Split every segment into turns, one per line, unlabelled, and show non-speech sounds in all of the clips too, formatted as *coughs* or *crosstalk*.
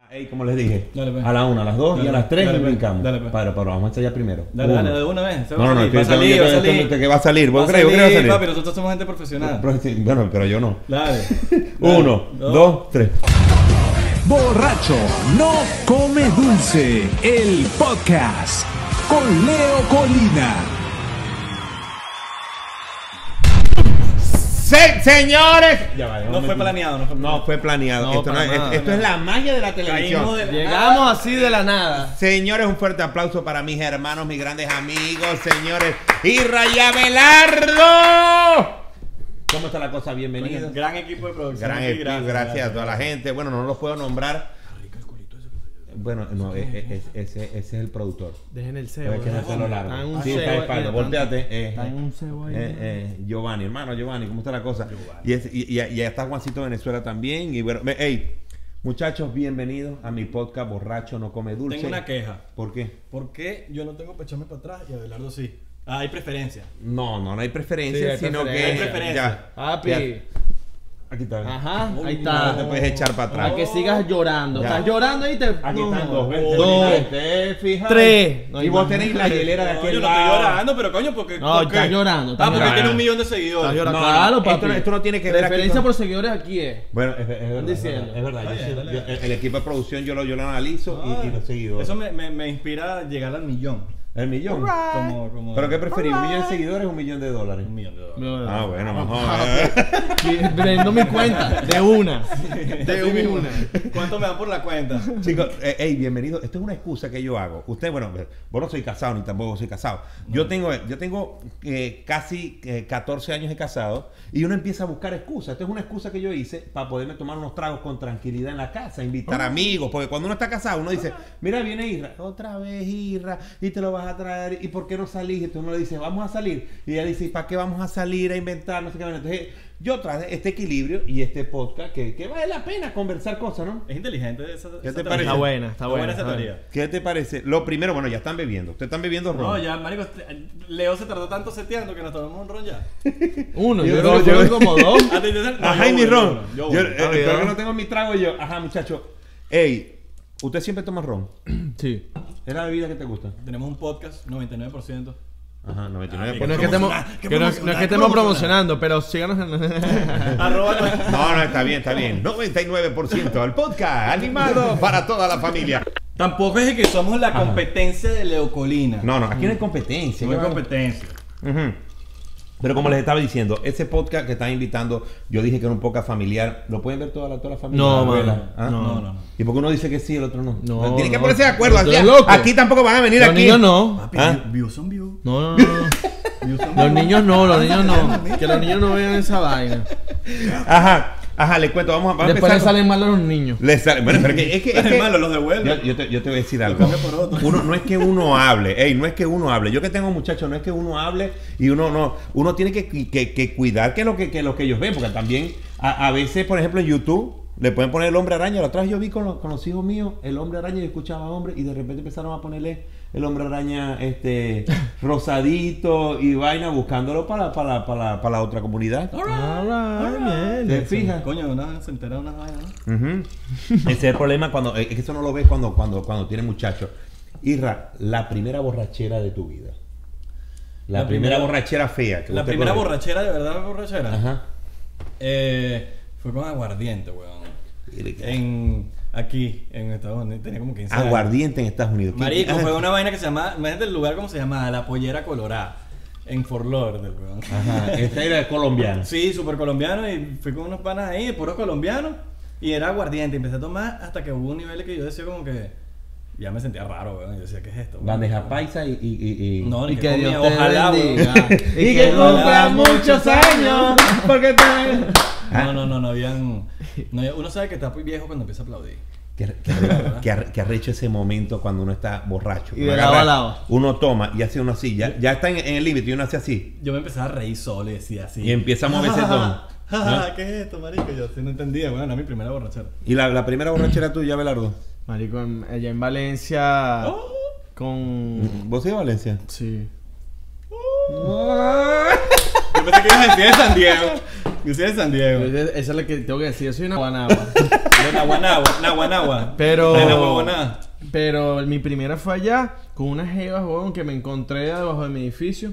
Ah, Ey, como les dije,
Dale, pues.
a la una, a las dos y
Dale,
a las tres
dale,
y
pues.
brincamos.
Dale, pues.
Para, pero vamos a ensayar primero.
Dale,
Uno.
dale, de una vez. Se
No, no, no,
va a salir, va a
estoy-
salir.
estoy- que va a salir.
Va
¿Vos
a
crees? ¿Vos
salir,
crees que va a
papi,
salir?
nosotros somos gente profesional.
Pero sí, Bueno, pero yo no. *laughs*
Dale.
Uno,
Dale.
dos, tres.
Borracho no come dulce, el podcast con Leo Colina.
¡Se- señores. Ya va,
No
déjame
fue
meter-
planeado, no fue planeado.
No fue planeado.
No,
esto no
para
es,
nada,
esto
no.
es la magia de la televisión.
Caímos de-
Llegamos así de la nada.
Señores, un fuerte aplauso para mis hermanos, mis grandes amigos, señores. ¡Y Raya Belardo! ¿Cómo está la cosa? Bienvenidos.
Gran equipo de
Pues
producción.
Gran
aquí,
equipo, gracias, a toda la gente. Bueno, no los puedo nombrar. Bueno, no, es- es- es- ese, ese es el productor.
Dejen el cebo.
Pero es que no se lo largo.
Hagan un
Sí, está de
cebo,
espalda.
mira,
Volteate. eh,
está en un cebo ahí.
eh, eh, Giovanni, hermano Giovanni, ¿cómo está la cosa? Y, es- y, y- y ahí está Juancito Venezuela también. Y bueno, me- hey, muchachos, bienvenidos a mi podcast Borracho No Come Dulce.
Tengo una queja.
¿Por qué?
¿Por qué yo no tengo pechame para atrás y Abelardo sí? Ah, hay preferencia.
No, no, no hay
Sí,
preferencia,
hay
sino que.
preferencia.
Hay preferencia.
Papi.
Ya. Aquí está.
Ajá, ahí
No te
está.
puedes echar para
Para
atrás.
que sigas llorando.
Ya.
Estás llorando ahí te.
Aquí
No,
están
no.
dos, veinte,
Dos.
veinte, ¿te fijas?
Tres. No
y
hay
vos
más.
tenés la hielera de
Coño,
aquel
no estoy
lado.
llorando, pero coño, porque.
No, estás llorando, estás
Ah, porque
llorando.
tiene un millón de
Estás
seguidores.
llorando.
No,
Claro,
esto
papi.
no- esto no tiene que ver aquí
Referencia
con-
por seguidores aquí eh. es.
Bueno, es, es verdad. Es verdad,
diciendo?
es verdad.
Está
Yo
bien,
sí-
dale,
yo-
dale.
el equipo de producción yo lo, yo lo analizo y, y lo he seguido.
Ah, Eso me, me, me inspira a llegar al millón.
El millón.
Ah.
Como, como
¿Pero qué preferís? ¿Un millón de seguidores o un millón de dólares?
Un millón de dólares.
Ah, bueno, vamos
No me cuenta. De una.
*laughs*
De una.
¿Cuánto me dan por la cuenta?
*laughs* Chicos, eh, hey, bienvenido. Esto es una excusa que yo hago. Usted, bueno, vos no soy casado ni tampoco soy casado. Yo tengo, yo tengo eh, casi eh, 14 años de casado y uno empieza a buscar excusas. Esto es una excusa que yo hice para poderme tomar unos tragos con tranquilidad en la casa, invitar amigos, porque cuando uno está casado uno dice, mira, viene Irra, otra vez Irra, y te lo vas a traer, ¿y por qué no salís? Y tú uno le dice, vamos a salir. Y ella dice, "¿Y ¿para qué vamos a salir a inventar? No sé qué. Entonces, yo traje este equilibrio y este podcast que, que vale la pena conversar cosas, ¿no?
Es inteligente esa.
¿Qué
esa
te
teoría.
parece?
Está buena, está buena,
esa
está buena.
teoría.
¿Qué te parece? Lo primero, bueno, ya están bebiendo. Ustedes están bebiendo ron.
No, ya, marico, este- Leo se tardó tanto seteando que nos tomamos un ron ya.
Uno.
Yo
Yo
creo
creo que
que-
fueron
*laughs*
como dos.
Ah, te- te- no, yo
Ajá, y mi
uno,
ron.
Yo, Ah,
Yo,
uno, yo
eh,
uno.
pero
bien.
que no tengo mi trago yo. Ajá, muchacho. Ey, ¿usted siempre toma ron?
Sí.
¿Es la bebida que te gusta?
Tenemos un podcast,
*laughs*
99%.
Ajá, 99%.
Ah,
Que no es que estemos,
Promocionar, que
que no es- no es que estemos
promocionar,
promocionando, pero
*laughs*
síganos en.
Arroba
No, no, está bien, está bien. 99% al podcast, animado para toda la familia.
*laughs* Tampoco es que somos la competencia de Leocolina.
No, no, aquí no hay competencia.
no hay
Yo-
competencia.
Ujú. Pero como les estaba diciendo, ese podcast que están invitando, yo dije que era un podcast familiar. ¿Lo pueden ver toda la, toda la familia?
No,
La abuela,
mano.
¿ah?
no,
No,
no.
¿Y porque uno dice que sí, el otro no?
No,
Tienen que
no.
ponerse de acuerdo.
Tú
Aquí,
eres loco.
aquí tampoco van a venir
Los
aquí.
niños no.
Papi,
¿Ah?
views son views.
No, no, no.
Views son
*laughs* Los
views.
niños no, los
*laughs*
*laughs*
niños no. Que los niños no vean esa vaina.
Ajá, ajá, les cuento, vamos a, vamos a
Después le
empezar.
salen mal a los niños.
Les sale- Bueno, pero que- es
*laughs*
que... es que-
Hermano, los devuelven.
yo, yo te, yo te voy a decir algo.
cambio por otro.
Uno, no es que
*laughs*
uno hable, ey, no es que uno hable. Yo que tengo muchachos, no es que uno hable y uno no. Uno tiene que, que- que cuidar que lo que, que lo que ellos ven, porque también a, a veces, por ejemplo, en YouTube le pueden poner el hombre araña. La otra vez yo vi con, los- con los hijos míos el hombre araña y escuchaba hombre y de repente empezaron a ponerle el hombre araña
*laughs*
este rosadito y vaina buscándolo para, para, para, para la otra comunidad. ¿Te fijas?
Coño, no, se enteraron unas vainas, ¿no?
Ujú. Ese es el problema cuando eh, es que eso no lo ves cuando cuando cuando tienes muchachos. Irra, la primera borrachera de tu vida. La,
La
primera,
primera-
borrachera fea. que
La
usted
primera
conoce.
borrachera, de verdad borrachera,
Ajá.
eh, fue con aguardiente, weón. En, aquí, en Estados Unidos, tenía como 15 años.
Aguardiente en Estados Unidos. ¿Qué-
Marico,
ah,
fue una vaina que se llamaba, imagínate el lugar como se llamaba, La Pollera Colorada, en Fort Lauderdale, weón.
Ajá, esta era colombiana.
Sí, súper colombiano y fui con unos panas ahí, puros colombianos, y era aguardiente. Empecé a tomar hasta que hubo un nivel que yo decía como que ya me sentía raro, weón. Yo decía, ¿qué es esto? weón?
Bandeja paisa y, y- y- y-
No, ni
Y que Dios
comía,
te
ojalá,
bendiga.
weón. *laughs*
Y que
Dios te
cumpla
bendiga.
muchos años. Porque te-
No, no, no, no habían. no había- uno sabe que está muy viejo cuando empieza a aplaudir.
Que, que, arre- que, arre- que arrecho ese momento cuando uno está borracho.
Y
Uno
de lado a lado.
Uno toma y hace uno así. Ya, ya está en, en el límite y uno hace así.
Yo me empezaba a reír solo y decía así.
Y empieza a
*laughs*
moverse todo.
¿Qué es esto, marico? Yo sí no entendía, weón, era mi primera borrachera.
Y la, la primera borrachera tuya, Belardo.
Marico, en- allá en Valencia.
Oh.
Con.
¿Vos sí, Valencia?
Sí.
Yo pensé que ibas a decir de San Diego. Yo soy de San Diego.
Esa es la que tengo que decir. Yo soy una guanaba.
De Naguanagua, Naguanagua.
*laughs* Pero-
De Nahuaboná.
Pero mi primera fue allá con unas jevas, huevón, que me encontré debajo de mi edificio.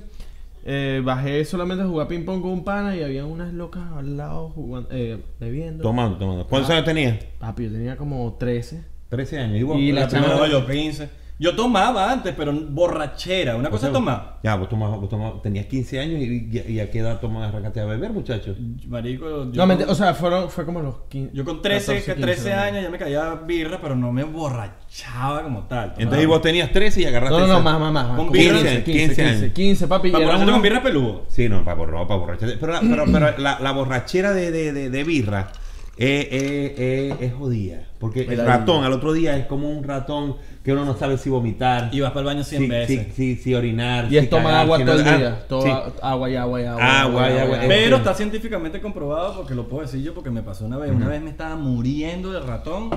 Eh, bajé solamente a jugar ping pong con un pana y había unas locas al lado jugando, eh, bebiendo.
Tomando, tomando. ¿Cuántos años tenía?
Papi, yo tenía como 13.
13 años. Igual.
Y la
Primero
chama-
no, yo 15. Yo tomaba antes, pero borrachera. Una cosa es tomar.
Ya, vos tomabas, vos tomabas, tenías 15 años y, y- y a qué edad tomas arrancaste a beber, muchachos.
Marico, yo,
No, menti- o sea, fueron, fue como los 15.
yo con 13,
14, 15,
13
¿no?
años ya me caía birra, pero no me borrachaba como tal. tomaba.
Entonces y vos tenías 13 y agarraste.
No, no, no,
esa-
más, más, más.
Con
más, como
15,
15,
15 años.
15, 15, papi. y
Para
era
borrachera con
una-
birra peludo.
Sí, no, para borrar, para borrachar. Pero, la, pero, pero la, la borrachera de, de, de, de birra eh, eh, eh, es jodida. Porque el ratón, al otro día es como un ratón que uno no sabe si vomitar,
Y vas para el baño 100
si,
veces.
si, si, si orinar.
Y
si
es tomar
cagar,
agua
si
todo
no-
el
ah,
día. Todo
sí.
agua y agua y agua.
Agua y agua, eh.
Pero está científicamente comprobado, porque lo puedo decir yo, porque me pasó una vez. Una vez me estaba muriendo de ratón,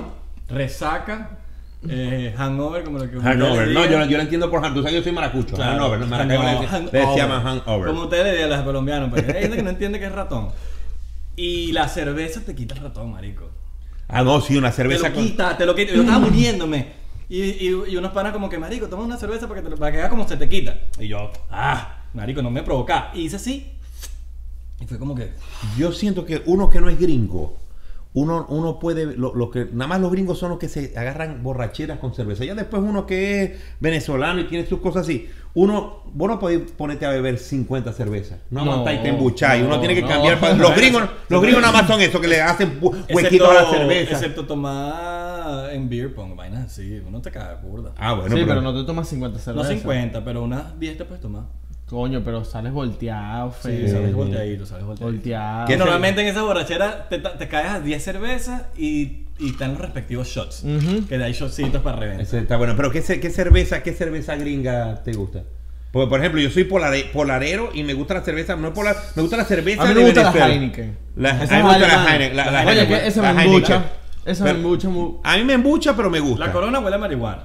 resaca, eh, hangover, como lo que ustedes
Hangover,
le
no,
digan.
yo, yo lo entiendo por hangover. Tú sabes que yo soy maracucho.
Claro.
Hangover, no, maracucho.
Hangover.
Le llama hangover.
Como ustedes le dirían a los colombianos, pero hay gente que no entiende que es ratón. Y la cerveza te quita el ratón, marico.
Ah, no, sí, una
Te
cerveza
lo quita, te lo quita. Yo estaba
Mm.
muriéndome. Y, y, y unos panas como que, marico, toma una cerveza para que, te lo- para que haga como se te quita. Y yo, ah, marico, no me provoca. Y hice así. Y fue como que,
Yo siento que uno que no es gringo, uno, uno puede, lo, lo que, nada más los gringos son los que se agarran borracheras con cerveza. Ya después uno que es venezolano y tiene sus cosas así, uno, vos no podés ponerte a beber 50 cervezas. No
No,
aguantáis, te embucháis. uno
no,
tiene que
no.
cambiar.
*laughs*
pa- los gringos, los gringos nada más son eso, que le hacen hu- huequitos a la cerveza.
Excepto tomar en beer pong, vainas así. Uno te caga burda.
Ah, bueno,
sí,
pero,
pero no te tomas 50
no
cervezas.
50, pero unas 10 te puedes tomar.
Coño, pero sales volteado, feo.
Sí, sabes volteadito, sabes volteadito.
Volteado.
Que normalmente en esa borrachera te, ta- te caes a 10 cervezas y, y están los respectivos shots.
Ujú.
Que de ahí shotsitos para reventar.
Ese está bueno. Pero ¿qué, ce- qué cerveza, qué cerveza gringa te gusta? Porque, por ejemplo, yo soy polare- polarero y me gusta la cerveza, no polar, me gusta la cerveza
A mí
de
me gusta la
Venezuela.
Heineken.
La- a
Esa
mí
es
me gusta la
alemana.
Heineken. la- la
Oye,
Heineken,
que esa
la
me
Heineken.
embucha. Esa me
Pero-
embucha mu-
A mí me embucha, pero me gusta.
La corona huele a marihuana.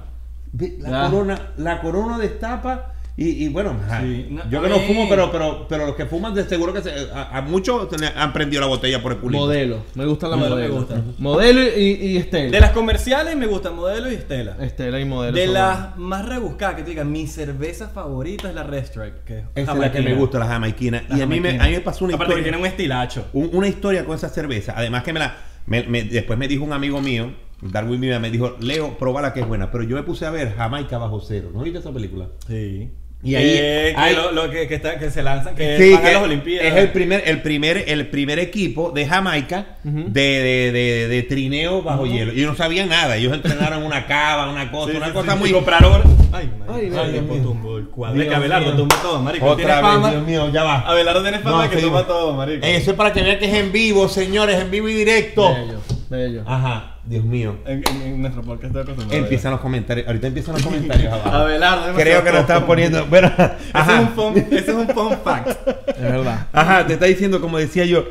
Ve, La,
Ya.
corona, la corona destapa y, y bueno, ajá.
Sí, no, eh.
yo
a
que no
mí-
fumo, pero, pero, pero los que fuman de seguro que se- a, a muchos se le han prendido la botella por el culito.
Modelo. Me gusta la
Modelo
modelo.
me gusta.
Modelo y, y Estela.
De las comerciales me gustan Modelo y Estela.
Estela y modelo.
De
son
las más rebuscadas que te digan, mi cerveza favorita es la Red Strike. Que es
Esa es la que me
jamaiquina.
gusta, la jamaiquina.
La
y a mí, me, a
jamaiquina.
mí me pasó una
Aparte que
historia.
tiene un estilacho.
un- una historia con esa cerveza. Además que me la me- me- después me dijo un amigo mío, Darwin Viva, me dijo, Leo, probala que es buena. Pero yo me puse a ver Jamaica bajo cero. ¿No viste esa película?
Sí.
Y ahí-
Que- que
ahí-
lo, lo que, que está- que se lanzan, que
Eh, Sí,
van
que
a las Olimpiadas.
es el primer, el primer, el primer equipo de Jamaica de, de- de- de trineo bajo hielo. Y no sabían nada. Ellos entrenaron una cava, una cosa,
Sí,
una
sí,
cosa
sí.
muy.
Y compraron. Ay, marico.
Ay,
Ay,
Dios
tipo,
mío.
tumbó el cuadro.
Dios
Es que Abelardo
mío.
tumba todo, marico. tiene
vez,
fama.
Dios mío, ya va.
Abelardo tiene fama
No,
de que
seguimos.
toma todo, marico.
Eso es para que vean que es en vivo, señores, en vivo y directo.
Bello, bello.
Ajá, Dios mío.
En, en- en nuestro podcast estoy acostumbrado.
Empiezan los comentarios. Ahorita empiezan los
*laughs*
comentarios abajo.
Abelardo. es
Creo
demasiado
que lo están
poco.
poniendo. Bueno,
*laughs* Ese es, un
ajá.
fun, ese es un fun fact.
Es verdad.
Ajá, te está diciendo, como decía yo.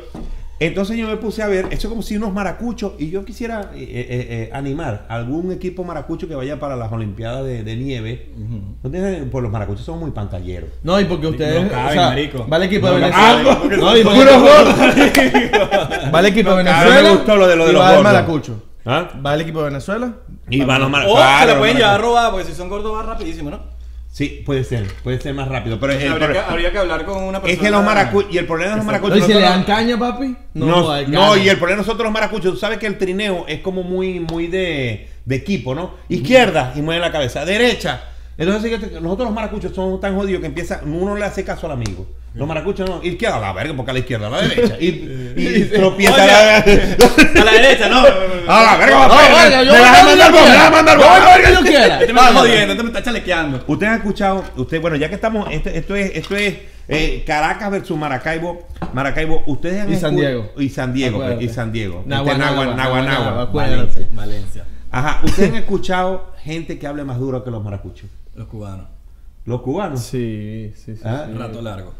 Entonces yo me puse a ver, eso como si unos maracuchos, y yo quisiera eh, eh, eh, animar a algún equipo maracucho que vaya para las Olimpiadas de, de nieve. ¿No tienen- Pues los maracuchos son muy pantalleros.
No, y porque ustedes.
No caben,
o sea,
marico.
Vale equipo de
No
Venezuela.
caben, porque
no,
*laughs*
son
y porque-
puros gordos.
*laughs* Vale equipo de
caben.
Venezuela.
Me gustó lo de- lo de
y
los
va el
gordos.
Maracucho. Oh,
¿Ah?
Va el equipo de Venezuela.
Y van los mara- Ah,
O
claro, los
se la pueden
maracuchos.
llevar robada, porque si son gordos va rapidísimo, ¿no?
Sí, puede ser, puede ser más rápido. Pero, el-
habría,
pero-
que, habría que hablar con una persona.
es que los
*laughs*
maracuchos, y el problema de los
Exacto.
maracuchos.
No, y si le
nosotros-
dan caña, papi.
No,
joda,
no,
hay caña.
y el problema de nosotros los maracuchos, tú sabes que el trineo es como muy, muy de, de equipo, ¿no? Izquierda y mueve la cabeza, derecha. Entonces, fíjate que nosotros los maracuchos somos tan jodidos que empieza, uno le hace caso al amigo. Los maracuchos no, izquierda a la verga, porque a la izquierda a la derecha. Y, y
*laughs*
tropieza Ah, la *laughs*
A la derecha, no.
A la verga,
No,
papá,
vaya, yo
me
voy
vas a mandar,
donde yo
me
quiera.
vas a mandar,
Yo voy
vaya,
donde
verga.
yo quiera.
Este me está jodiendo, este me está chalequeando.
Usted ha escuchado, usted, bueno, ya que estamos, esto, esto es, esto es eh, Caracas versus Maracaibo, Maracaibo, ustedes han
Y San
escu-
Diego.
y San Diego, pues,
Acuérdate.
y San Diego,
Nagua,
Este, Nagua-
Nagua,
Nagua,
Nagua,
Nagua,
acuérdate.
Valencia.
Valencia,
Ajá, ustedes han escuchado gente que hable más duro que los maracuchos.
los cubanos.
Los cubanos.
Sí, sí, sí.
Ah,
sí.
Rato largo.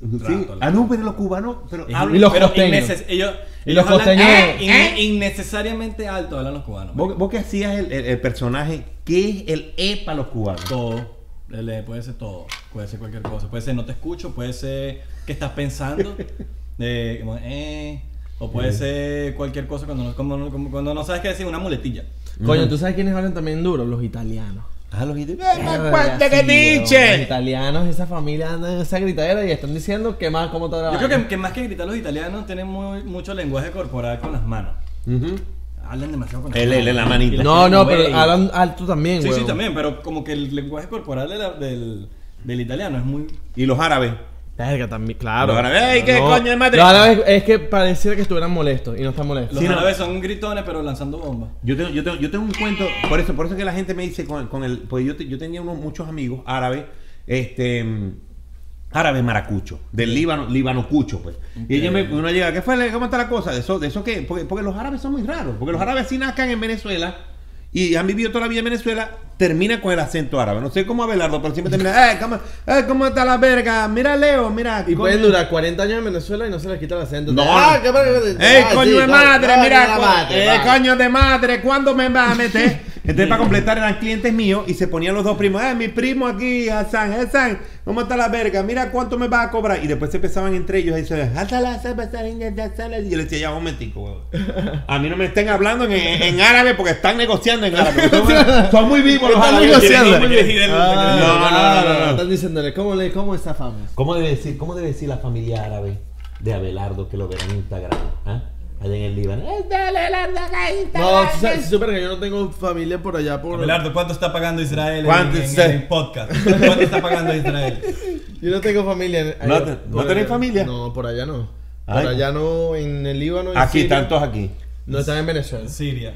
Sí.
rato,
Ah, no, pero los cubanos. Pero
Es-
hablan-
Y los
pero
costeños.
inneces- ellos,
Y
ellos
los costeños.
hablan in- innecesariamente alto hablan los cubanos.
¿Eh? ¿Vos, vos que hacías el, el- el personaje, ¿qué es el E para los cubanos?
Todo. Ele- Puede ser todo. Puede ser
*laughs*
cualquier cosa. Puede ser no te escucho. Puede ser que estás pensando. Eh, como, eh, O puede ser cualquier cosa cuando no, como- como- cuando no sabes qué decir, una muletilla.
mm.
Coño, ¿tú sabes quiénes hablan también duro? Los italianos.
Ah, los ide-
Verga, sí, huevón, Los italianos, esa familia anda en esa gritadera y están diciendo que más, cómo está la
Yo creo
vaina.
que, que más que gritar los italianos tienen muy- mucho lenguaje corporal con las manos.
Ujú.
Hablan demasiado con las
El,
manos.
el, el- la manita.
No, no,
Güey.
pero hablan alto también,
Sí,
güey.
sí, también, pero como que el lenguaje corporal de la- del, del italiano es muy...
Y los árabes.
Verga, también, claro.
Los árabes, "Ey, qué coño de madre".
Los árabes es que pareciera que estuvieran molestos y no están molestos.
Los
no.
árabes son gritones, pero lanzando bombas.
Yo tengo, yo, tengo, yo tengo un cuento, por eso, por eso que la gente me dice con, con el, pues yo, te- yo tenía unos, muchos amigos árabes, este, mm, árabes maracucho, del Líbano, libanocucho, pues. Y ellos me, uno llega, ¿qué fue? ¿Cómo está la cosa? De eso, de eso que, porque, porque los árabes son muy raros, porque los árabes sí nazcan en Venezuela y han vivido toda la vida en Venezuela, termina con el acento árabe. No sé cómo Abelardo, pero siempre
*laughs*
termina, eh, ¿cómo, eh, cómo está la verga? Mira, Leo, mira.
Y
coño".
pueden durar 40 años en Venezuela y no se les quita el acento.
No.
Ah, qué verga, qué-
¡Ey,
ah,
Eh, coño
sí,
de madre!
coño,
mira,
la
co-
madre,
eh,
vale.
coño de madre, ¿cuándo me vas a meter?
*laughs*
Entonces, para completar, eran clientes míos y se ponían los dos primos. ¡Eh, mi primo aquí, Hassan! ¡Hassan! ¿Cómo está la verga? Mira cuánto me vas a cobrar. Y después se empezaban entre ellos. Y se y yo le decía, ya, un momentico, huevón. A mí no me estén hablando en, en- en árabe porque están negociando en árabe. Son, son muy vivos los
Están
árabes.
negociando.
Quieren ir, quieren ir, quieren ir.
Ah,
No, no, no,
claro,
no, no.
Están diciéndole, ¿cómo, le, cómo estafamos?
¿Cómo debe decir, cómo debe decir la familia árabe de Abelardo que lo verá en Instagram? ¿ah? Allá en el Líbano.
No, si sabes, si supieras que yo no tengo familia por allá, por...
Abelardo, ¿cuánto está pagando Israel en-
¿Cuánto
en,
está?
en el podcast? ¿Cuánto está pagando Israel?
Yo no tengo familia. en-
¿No
allá-
te-
por
no tenés
allá.
familia?
No, por allá no.
Ay.
Por allá no, en el Líbano. en
Aquí,
Siria.
tantos aquí.
No están en Venezuela.
Siria.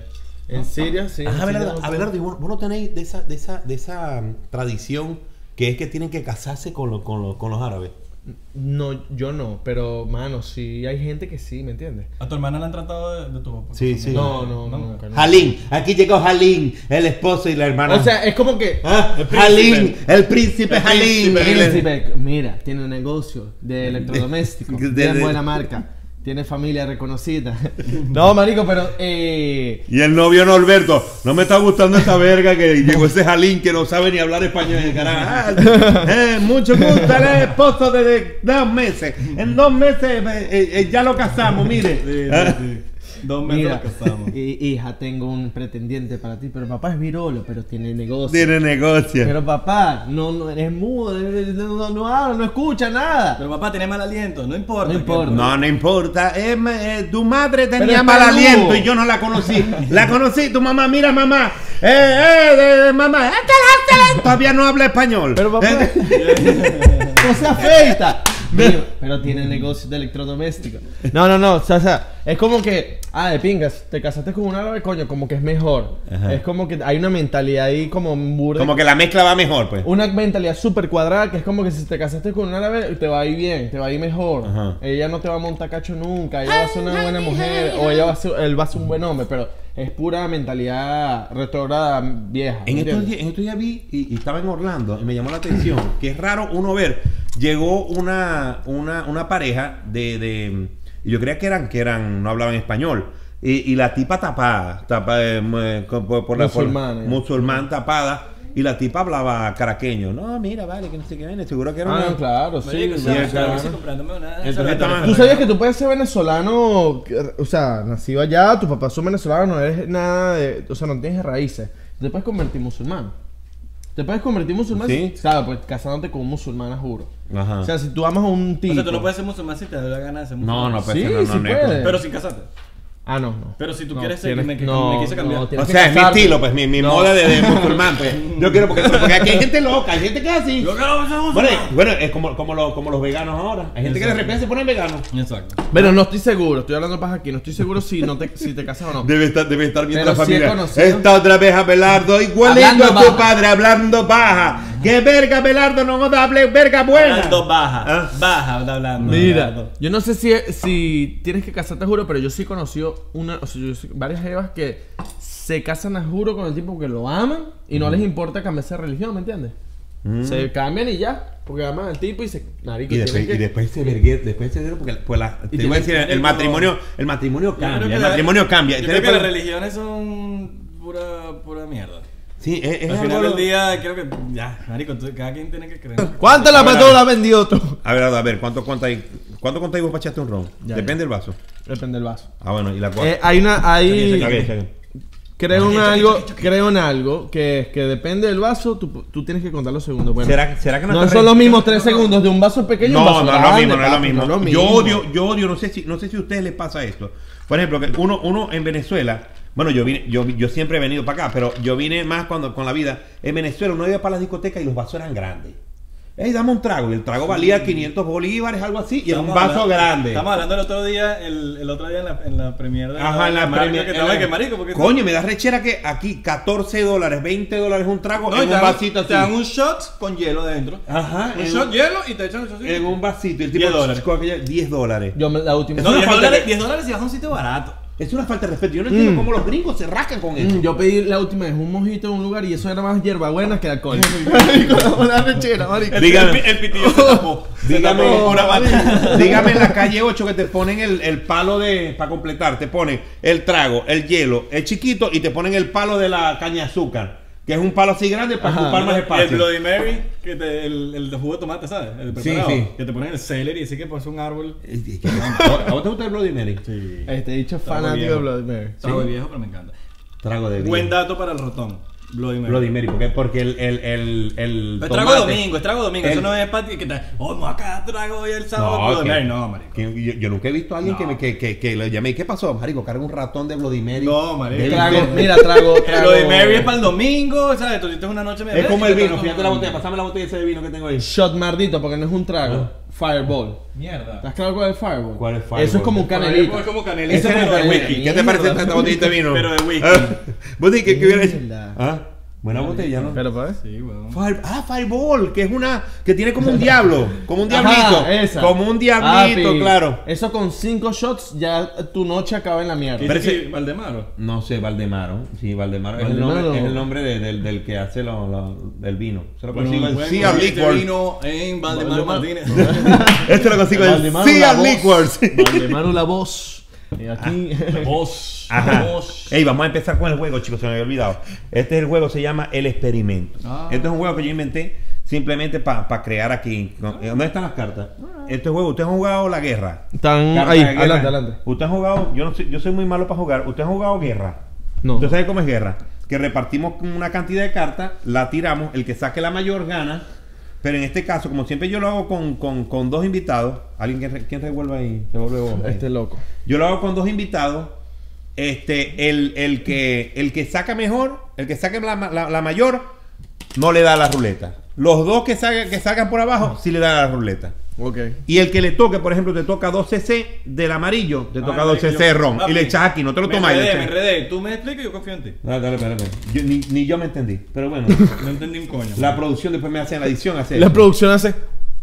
En Siria, sí. en
Ah,
Siria
Abelardo,
no.
Abelardo, y vos, vos no tenéis de esa, de esa, de esa mm, tradición que es que tienen que casarse con, lo- con, lo- con los árabes.
No, yo no, pero mano, sí hay gente que sí, ¿me entiendes?
¿A tu hermana la han tratado de, de tu papá?
Sí, sí.
No, no, no, nunca, nunca.
Jalín, aquí llegó Jalín, el esposo y la hermana.
O sea, es como que.
Ah, Jalín, el príncipe Jalín.
Príncipe,
el-
príncipe, mira, tiene un negocio
*laughs*
de electrodomésticos,
De-
de,
de-
buena marca, tiene
*laughs*
familia reconocida. No, marico, pero eh,
Y el novio Norberto, no me está gustando esta verga que llegó ese Jalín que no sabe ni hablar español en el canal. Ah, *laughs* eh, mucho gusto, él es esposo desde dos meses. En dos meses eh, eh, eh, ya lo casamos, mire.
Sí,
Ah.
sí, sí. Dos meses
mira,
nos casamos.
*laughs* hi- hija, tengo un pretendiente para ti, pero papá es virolo, pero tiene negocio.
Tiene negocio.
Pero papá, no, no es mudo, es- es- no, no habla, no escucha nada.
Pero papá tiene mal aliento, no importa.
No
que-
importa.
No, no importa. Eh, me- eh, tu madre tenía
está
mal
vivo.
aliento y yo no la conocí. La conocí, tu mamá, mira mamá. Eh, eh, de- de mamá. Todavía no habla español.
Pero papá,
Eh,
*laughs* no se afeita. Mío, pero tiene negocios de electrodomésticos. No, no, no. O sea, o sea, es como que, ah, de pingas, te casaste con un árabe, coño, como que es mejor. Es como que hay una mentalidad ahí como burda.
como que la mezcla va mejor, pues.
Una mentalidad súper cuadrada que es como que si te casaste con un árabe, te va a ir bien, te va a ir mejor.
Ajá.
Ella no te va a montar cacho nunca, ella va a ser una buena mujer o ella va a ser, él va a ser un buen hombre, pero es pura mentalidad retrógrada vieja.
En estos,
¿entiendes?
días, en estos días vi y, y estaba en Orlando y me llamó la
*clears throat*
atención que es raro uno ver. Llegó una, una, una pareja de, de- y Yo creía que eran, que eran, no hablaban español. Y, y la tipa tapada, tapa, eh, mu- eh, con- por, por la por-
Musulmana.
musulmán tapada. Y la tipa hablaba caraqueño. No, mira, vale, que no sé qué viene. Seguro que era
Ah,
una-
no, claro, sí.
Marico,
sí,
sí,
claro.
claro, sí, comprándome una-
Entonces,
Pero-
¿Tú sabías que tú puedes ser venezolano, que- o sea, nacido allá, tus papás son venezolanos, no eres nada de, o sea, no tienes raíces. Te puedes convertir en musulmán. Te puedes convertir en musulmán,
Sí.
claro, pues casándote con un musulmán, juro.
Ajá.
O sea, si tú amas a un
O
tipo.
sea, tú no puedes ser musulmán si te da la gana de ser
No,
musulmán.
no, pues
Sí,
que no, no,
sí
no
puede.
Pero sin casarte.
Ah, no, no.
Pero si tú
No,
quieres ser,
tienes-
me, que-
no,
me quise cambiar.
no,
O
tienes-
sea, es mi
casarte.
estilo, pues, mi, mi
No.
moda de, de musulmán, pues. Yo quiero, porque, porque aquí hay gente loca, hay gente que es así.
Yo quiero ser musulmán.
Bueno, es- bueno, es como, como, los- como los veganos ahora. Hay gente que de repente se ponen veganos.
Exacto.
Pero no estoy seguro, estoy hablando paja aquí, no estoy seguro si, no te, si te casas o no.
Debe estar, debe estar viendo
Pero
la
sí he
familia.
conocido.
Está otra vez Abelardo, igualito
Hablando
a tu
paja.
padre, hablando paja. Que verga, Abelardo, no nos hable verga buena.
Hablando baja.
Ah.
Baja está hablando.
Mira,
hablando.
yo no sé si, si tienes que casarte, juro, pero yo sí he conocido una, o sea, yo sé varias jevas que se casan a juro con el tipo que lo aman y no les importa cambiarse de religión, ¿me entiendes? Se cambian y ya, porque aman al tipo y se... marico,
Mm. Y
tienen
después,
que-
y después se vergue, después se vergue, porque pues la, te
tiene-
voy a decir,
tiene
el
como-
matrimonio, el matrimonio
Yo creo que
cambia, el
la-
matrimonio cambia.
Yo
Entonces,
creo que las
pues,
religiones son pura, pura mierda.
Sí, es, es
Al final
algo-
del día, creo que. Ya, marico, tú- cada quien tiene que creer.
¿Cuánta la
Ahora-
mató la vendió otro?
A ver, a ver, ¿cuánto cuenta ahí? ¿Cuánto contáis vos para echarte un ron?
Ya,
Depende del vaso.
Depende del vaso.
Ah, bueno, y la cuarta.
Eh, hay una.
Aquí,
Hay,
aquí, aquí, aquí.
creo, en algo, creo en algo que es que depende del vaso, tú, tú tienes que contar los segundos. Bueno,
¿Será, será que
no
estás
son
re-
los mismos tres segundos de un vaso pequeño y
No,
un vaso
no es lo
grande,
mismo, no es lo
papi,
mismo.
no es lo
Yo
mismo.
odio, yo odio, no sé si, no sé si a ustedes les pasa esto. Por ejemplo, que uno, uno en Venezuela, bueno, yo vine, yo, yo siempre he venido para acá, pero yo vine más cuando con la vida. En Venezuela uno iba para las discotecas y los vasos eran grandes. Ey, dame un trago. Y el trago valía 500 bolívares, algo así, y era un
Estamos
vaso
hablando-
grande.
Estamos hablando el otro día, el, el otro día en la, en la premier de
Ajá, la
Marico,
premia-
que estaba
eh,
que marico, porque
Coño, me da rechera que aquí 14 dólares, 20 dólares un trago
No,
en
y
un
te dan-
vasito así.
Te dan un shot con hielo dentro.
Ajá,
Un
en
shot
un-
hielo y te echan el shotcito.
En un vasito. Y el tipo
10 dólares.
con aquella- 10 dólares.
Yo me- la última.
Eso
No,
no
10
falta
dólares,
que-
10 dólares y vas a un sitio barato.
Es una falta de respeto. Yo no entiendo cómo los gringos se rascan con eso.
Mm, Yo pedí la última vez un mojito en un lugar y eso era más hierbabuena que alcohol. *laughs* Marico, una rechera,
*laughs*
marico.
Dígame.
El, el pitillo se tapó.
*laughs*
Se
Dígame,
tapó con una
*laughs*
bata.
dígame en la calle 8 que te ponen el, el palo de para completar, te ponen el trago, el hielo, el chiquito y te ponen el palo de la caña de azúcar, que es un palo así grande para
Ajá.
ocupar más
Y el
espacio.
Bloody Mary, que te, el, el de jugo de tomate, ¿sabes? El
Sí,
preparado.
sí.
Que te ponen el celery y así que pues un árbol.
¿A vos te gusta el Bloody Mary?
Sí.
Este dicho es
Está muy
fanático de
viejo.
Bloody Mary.
Está muy viejo, pero me encanta.
Trago de
Buen
vino.
dato para el ratón. Bloody Mary.
Bloody Mary, porque, porque el, el, el, el
Pero
tomate-
trago domingo, es trago domingo.
El-
Eso no es para que te. Oh, me voy a cagar trago hoy el sábado.
No,
Bloody
que-
Mary, no, marico.
que yo, yo nunca he visto a alguien
No.
que, me, que, que, que le llamé. ¿Y qué pasó, marico? Carga un ratón de Bloody Mary.
No, marico.
Debe
Trago,
enfermo. *laughs*
mira, trago,
El
trago.
Bloody Mary es para el domingo, ¿sabes? Tú tienes una noche media.
Es como el vino, fíjate la
botella.
botella, pasame la botella ese de vino que tengo ahí.
Shot mardito, porque no es un trago. Fireball.
Mierda.
¿Estás claro cuál es el Fireball?
Ah. ¿Cuál es Fireball?
Eso es como un canelito.
Es como canelita.
Ese
Ese
es
es
de
el
whisky. ¿Qué te
mierda.
parece esta botellita de vino?
Pero de whisky.
Ah, ¿Vos dijiste que hubiera hecho?
Mierda.
Ah, buena botella, ¿no?
Pero, pues, ¿sabes?
Sí, weón.
Fire- ah, Fireball, que es una que tiene como un diablo, como un diablito,
Ajá, esa. Ah,
como un diablito,
Papi,
claro.
Eso con cinco shots ya tu noche acaba en la mierda.
Pero
Pero
ese-
sí, Valdemaro.
No sé, Valdemaro. Sí, Valdemaro,
Valdemaro.
nombre de- del, del que hace lo- lo- el vino. Se lo consigo en
buen
Sea
conseguiste
Liquor.
este vino en Valdemaro Martínez.
*laughs* Este lo consigo en
Valdemaro
Sea
la voz.
Liquors.
Valdemaro la voz. Y aquí. *laughs*
Vos.
Ajá. Eh,
Vos.
Ey, vamos a empezar con el juego, chicos, se me había olvidado. Este es el juego, se llama El Experimento.
Ah.
Este es un juego que yo inventé simplemente para crear aquí. No, eh, ¿Dónde están las cartas? Este juego, ¿ustedes han jugado la guerra?
Están
Cartas
ahí,
de guerra.
adelante, adelante.
¿Ustedes han jugado? Yo, no soy, yo soy muy malo para jugar. ¿Ustedes han jugado guerra?
No.
¿Ustedes saben cómo es guerra? Que repartimos una cantidad de cartas, la tiramos, el que saque la mayor gana. Pero en este caso, como siempre yo lo hago con, con- con dos invitados, alguien que re- ¿quién revuelve ahí, se
*laughs*
vuelve vos.
Este loco.
Yo lo hago con dos invitados. Este, el, el que, el que saca mejor, el que saque la, ma- la- la mayor, no le da la ruleta. Los dos que, saca- que sacan por abajo, sí le dan la ruleta.
Ok.
Y el que le toque, por ejemplo, te toca 2 cc del amarillo,
Ah,
te toca 2 cc de ron. Y le echas aquí, no te lo tomas. y
Me
le
enredé, me
echas-
enredé. Tú me explicas y yo confío en ti.
Dale, dale, dale, dale. Yo- ni, ni yo me entendí. Pero
*laughs*
bueno,
No entendí un coño.
la producción después me hace la edición. Hace
La producción hace.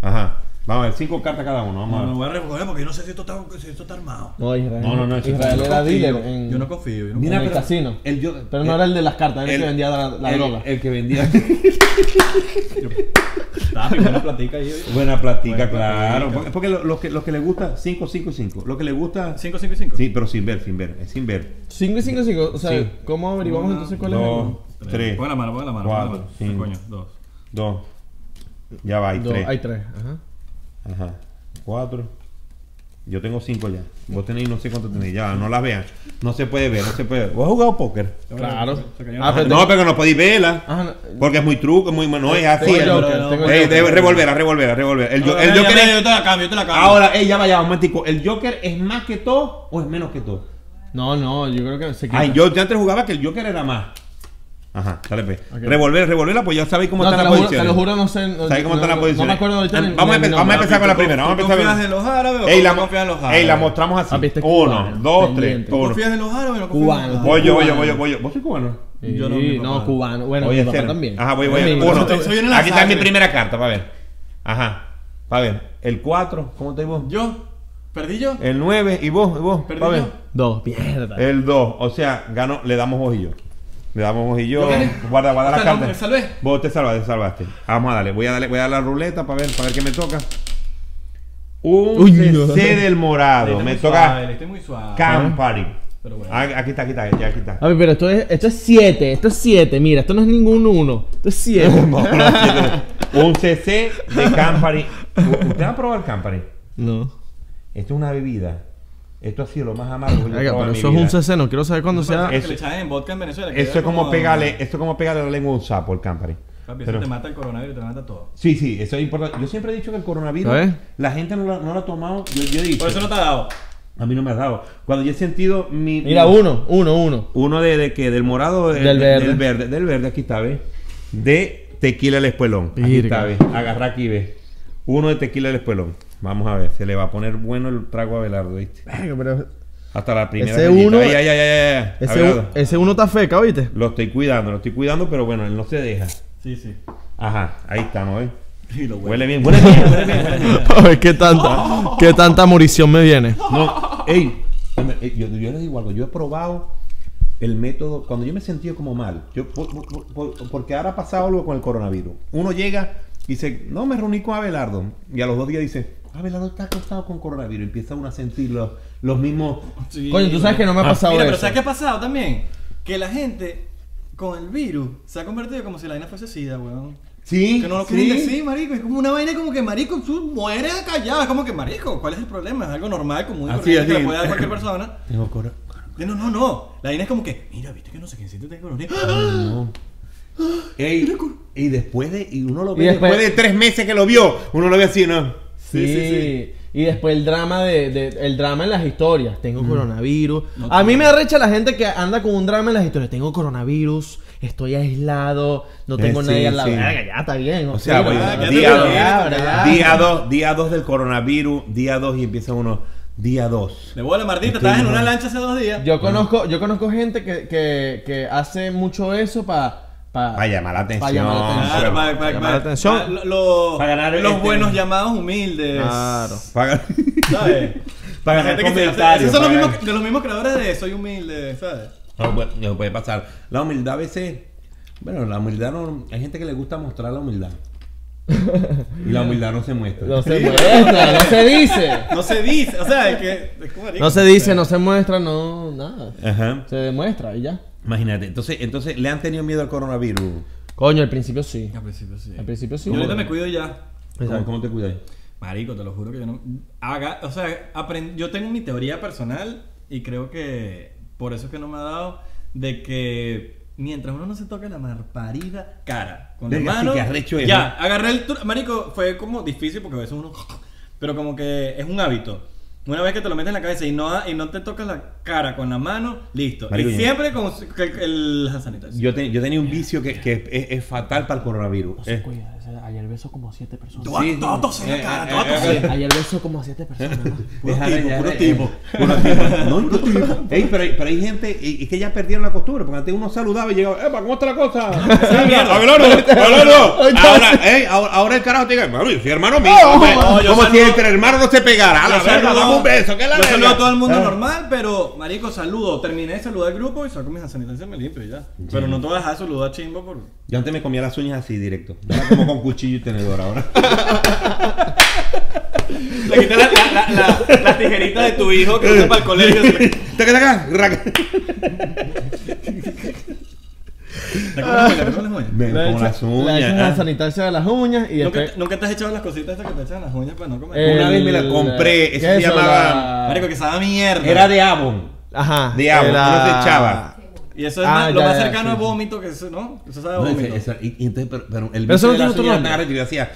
Ajá. Vamos a ver, cinco cartas cada uno. Vamos
No,
a ver.
me voy a recoger porque yo no sé si esto está, si esto está armado.
No, Israel.
No, no, no, eso-
Israel
yo
era dealer.
Confío.
En,
Yo no confío. Yo no
en
Mira,
el
pero-
casino.
el yo-
pero no
el-
era el de las cartas, era el, que vendía la, la
el-
droga.
El que vendía.
Estaba picando una platica ahí.
Buena platica,
Buena
claro. Porque,
platica.
porque lo, lo que, lo que le gusta, 5, 5, 5. Lo que le gusta.
5, 5 y 5.
Sí, pero sin ver, sin ver. Es sin ver.
5 y 5 y 5. O sea,
Sí.
¿cómo averiguamos
Uno,
entonces cuál
Dos, tres.
Pon la mano, pon la mano.
Cuatro,
pon la mano.
cinco.
Coño, dos.
Dos. Ya va, hay
es el? Dos.
tres.
Hay tres. Ajá.
Ajá. Cuatro. Yo tengo cinco ya. Vos tenéis, no sé cuánto tenéis. Ya, va, no las vean. No se puede ver, no se puede ver. ¿Vos has jugado póker?
Claro.
Se cayó
Ah,
una-
pero
No,
tengo-
pero no podéis verla.
Ah, no.
Porque es muy truco, muy no es así.
Tengo
el-
Joker,
Eh,
tengo
eh,
Joker.
debe revolver, a revolver, a revolver. El,
No,
jo-
no,
el
ya,
Joker
ya,
es-
Yo te la cambio, yo te la cambio.
Ahora, eh, ya va, ya va, un momentico. ¿El Joker es más que todo o es menos que todo?
No, no, yo creo que se quita.
Ay, yo, yo antes jugaba que el Joker era más. Ajá, dale pues.
Ok.
Revolver, revolverla, pues ya sabéis cómo
no, te
están
lo
las
juro, te
posiciones.
lo juro, no sé. No,
¿Sabéis cómo
no,
están las
no-
posiciones?
No me acuerdo ahorita.
Ah,
ni-
vamos, a empe-
ni el
vamos a
nombre.
empezar con la
¿Tú-
primera. Vamos a
tú
empezar
confías
con
en los árabes o
Ey, la,
no
mo-
confías en los árabes?
ey, la mostramos
Papi,
así.
este es
Uno,
cubano,
dos, tres,
pendiente.
¿Tú
uno.
confías en los árabes o no confías en los
Cubano.
árabes?
Voy yo, voy yo,
Cubano.
voy yo, voy yo. ¿Vos sois cubano?
Sí,
Yo no, mi
no,
papá.
cubano. Bueno,
voy
mi
a
papá
hacer.
también.
Ajá, voy, voy.
Mi
Uno.
papá-
Soy una
Aquí está mi
sangre.
primera carta, para ver. Ajá. Para ver. El cuatro, ¿cómo estáis vos?
¿Yo? ¿Perdí yo?
El nueve, ¿y vos? ¿Y vos?
¿Perdí
Pa' ver.
yo?
Dos, mierda.
El 2, o sea, ganó, le damos vos y yo. Le damos vos y yo.
¿Yo gané?
Guarda, guarda la
O sea, no,
carta.
me salvé.
Vos te salvaste, te salvaste. Vamos a darle, voy a darle, voy a dar la ruleta para ver, para ver qué me toca. Un
Uy,
CC
no.
del morado.
Estoy
Me
muy
toca
suave, estoy muy suave.
Campari.
Pero bueno.
Ah, Aquí está, aquí está, ya aquí está.
A ver, pero esto es, esto es 7, esto es 7, mira, esto no es ningún 1, esto
*laughs*
es 7.
Un CC de Campari. ¿Usted va a probar Campari?
no.
Esto es una bebida Esto ha sido lo más amargo que yo he
Verga,
probado
pero
en mi
eso es
vida.
un cc, no quiero saber cuándo sea.
Parece
eso-
que le echabas en vodka en Venezuela. que
Eso
era
es como
como-
pegarle, esto es como pegarle la lengua a un sapo, el Campari.
Papi,
Pero-
eso te mata el coronavirus, te mata todo.
Sí, sí, eso es importante. Yo siempre he dicho que el coronavirus,
¿Sabes?
la gente no lo, no lo ha tomado. Yo, yo he dicho,
Por eso no te ha dado.
a mí no me ha dado. Cuando yo he sentido mi.
Mira,
mi-
uno, uno, uno.
Uno de, de que del morado de-
Del
de-
verde.
del verde, del verde, aquí está, ¿ves? De tequila el espuelón. Aquí
Virga.
está, ¿ves? Agarra aquí, ¿ves? Uno de tequila el espuelón. Vamos a ver, se le va a poner bueno el trago a Belardo, ¿viste?
Verga, pero
Hasta la primera.
Ese
gallita.
uno-
Ay, ay, ay, ay, ay, ay.
ese,
Abelardo,
u- eh. ese uno está feca, ¿oíste?
Lo estoy cuidando, lo estoy cuidando, pero bueno, él no se deja.
Sí, sí.
Ajá, ahí estamos, ¿ves?
Y lo
Huele bien, huele bien, huele bien, huele bien.
*laughs* A ver qué tanta, qué tanta murición me viene.
No, ey, eh, yo, yo les digo algo, yo he probado el método, cuando yo me he sentido como mal, yo, por- por- por- porque ahora ha pasado algo con el coronavirus. Uno llega y dice, no, me reuní con Abelardo, y a los dos días dice, Abelardo está acostado con coronavirus, empieza uno a sentir los, los mismos...
Sí,
Coño, tú sabes que no me ha
Ah,
pasado
Mira, pero
eso.
¿sabes qué ha pasado también? Que la gente con el virus se ha convertido como si la vaina fuese sida, weón.
Sí,
Que no lo
sí.
quieren decir, marico. Es como una vaina como que, marico, tú mueres callado. Es como que, marico, ¿cuál es el problema? Es algo normal, común y
Así,
corriente que
así.
le puede dar cualquier persona.
Tengo coro-
Y No, no, no. La vaina es como que, mira, viste que no sé quién siente tiene coronavirus.
*gasps* No. Ey, y después de, y uno lo
Y
ve, después,
después-
de tres meses que lo vio, uno lo ve así, ¿no?
Sí, Y después el drama de, de- el drama en las historias. Tengo coronavirus. a mí me arrecha la gente que anda con un drama en las historias. Tengo coronavirus, estoy aislado, no
Eh,
tengo
sí,
nadie al lado.
sí.
Verga, ya está bien.
O sea,
bueno,
bueno,
ya te
día,
lo
dos,
dieron,
ya.
día dos, día dos del coronavirus, día dos y empieza uno, día dos.
De bola, Martita,
Estoy
estabas en
mal.
una lancha hace dos días.
Yo conozco, yo conozco gente que, que, que hace mucho eso para
Para llamar la atención.
llamar la atención.
Claro, para, para,
Llamar la atención.
para
Para ganar
los
este-
buenos llamados humildes.
Claro.
Paga- *laughs*
¿Sabes?
Para
La
ganar
gente que se hace-
comentarios.
Esos son los
para-
mismos, de los mismos creadores de Soy Humilde, ¿sabes?
No, puede, no puede pasar. La humildad a veces. Bueno, la humildad no. Hay gente que le gusta mostrar la humildad. Y la humildad no se muestra.
No se muestra, no se dice.
No se dice, o sea, es que. es como marico,
No se
o
dice,
sea,
no se muestra, no, nada.
Ajá.
Se demuestra y ya.
Imagínate. Entonces, entonces, le han tenido miedo al coronavirus.
Coño, al principio sí.
Al principio sí.
Al principio sí.
Yo ahorita me cuido y ya.
¿Cómo, cómo te cuidas?
Marico, te lo juro que yo no. Haga, o sea, aprend- yo tengo mi teoría personal y creo que por eso es que no me ha dado de que mientras uno no se toca la marparida cara con la
Verga, sí,
mano.
que arrecho es,
ya, agarré el. tru- Marico, fue como difícil porque a veces uno. Pero como que es un hábito. Una vez que te lo metes en la cabeza y no, y no te tocas la cara con la mano, listo.
Marico,
y
yo-
siempre con su- que- que el, hand sanitizer.
Yo, te- yo tenía un vicio que, que es, es fatal para el coronavirus. Eh,
Ayer besó como a siete personas.
Tú vas-
sí,
tú vas a
sí.
toser la
Eh,
cara,
eh,
tú vas a
eh,
toser.
eh,
Ayer besó como a siete personas.
Puro tipo, puro
tipo.
Puro tipo. No, puro tipo. Ey, pero, hay- pero hay gente, y, es que ya perdieron la costumbre, porque antes uno saludaba y llegaba, ¡Epa, cómo está la cosa! *laughs*
mierda.
¡Abelardo! ¡Abelardo! Ahora, ey, ahora, ahora el carajo te diga, hermano, yo soy hermano mío. hombre.
no, yo
como si
saludo-
entre hermanos no se pegara. A la
Yo
verga,
saludo-
dame un beso, que la
Yo saludo
verga.
a todo el mundo
Ah.
normal, pero marico, saludo. Terminé de saludar al grupo y saco mis sanitarios y me limpio y ya. Pero no te voy a dejar de saludar chimbo por...
Yo antes me comía las uñas así directo. Era como con cuchillo y tenedor
*laughs*
ahora.
Le quité las tijeritas de tu hijo que usa para el colegio.
*laughs* Taca, taca, raca. Me
Le
como las
echas- Le echas la
uñas. ah.
sanitaria de las uñas y
¿Nunca,
después.
te- nunca te has echado las cositas estas que te echan en las uñas para no comer.
el-
una vez me la compré, eso se
queso,
llamaba-
Marico, que sabe a mierda.
ah. Era de Avon.
Ajá.
de agua, uno se echaba.
Y eso es
Ah,
más- lo
ya,
más
ya,
cercano
sí,
a
sí.
vómito que eso, ¿no? Eso sabe a
No, ese-
vómito.
esa- y- y entonces, pero, pero el
Pero
brillo
eso no
de la
tiene otro
señora
nombre.
tan arrecho, yo hacía-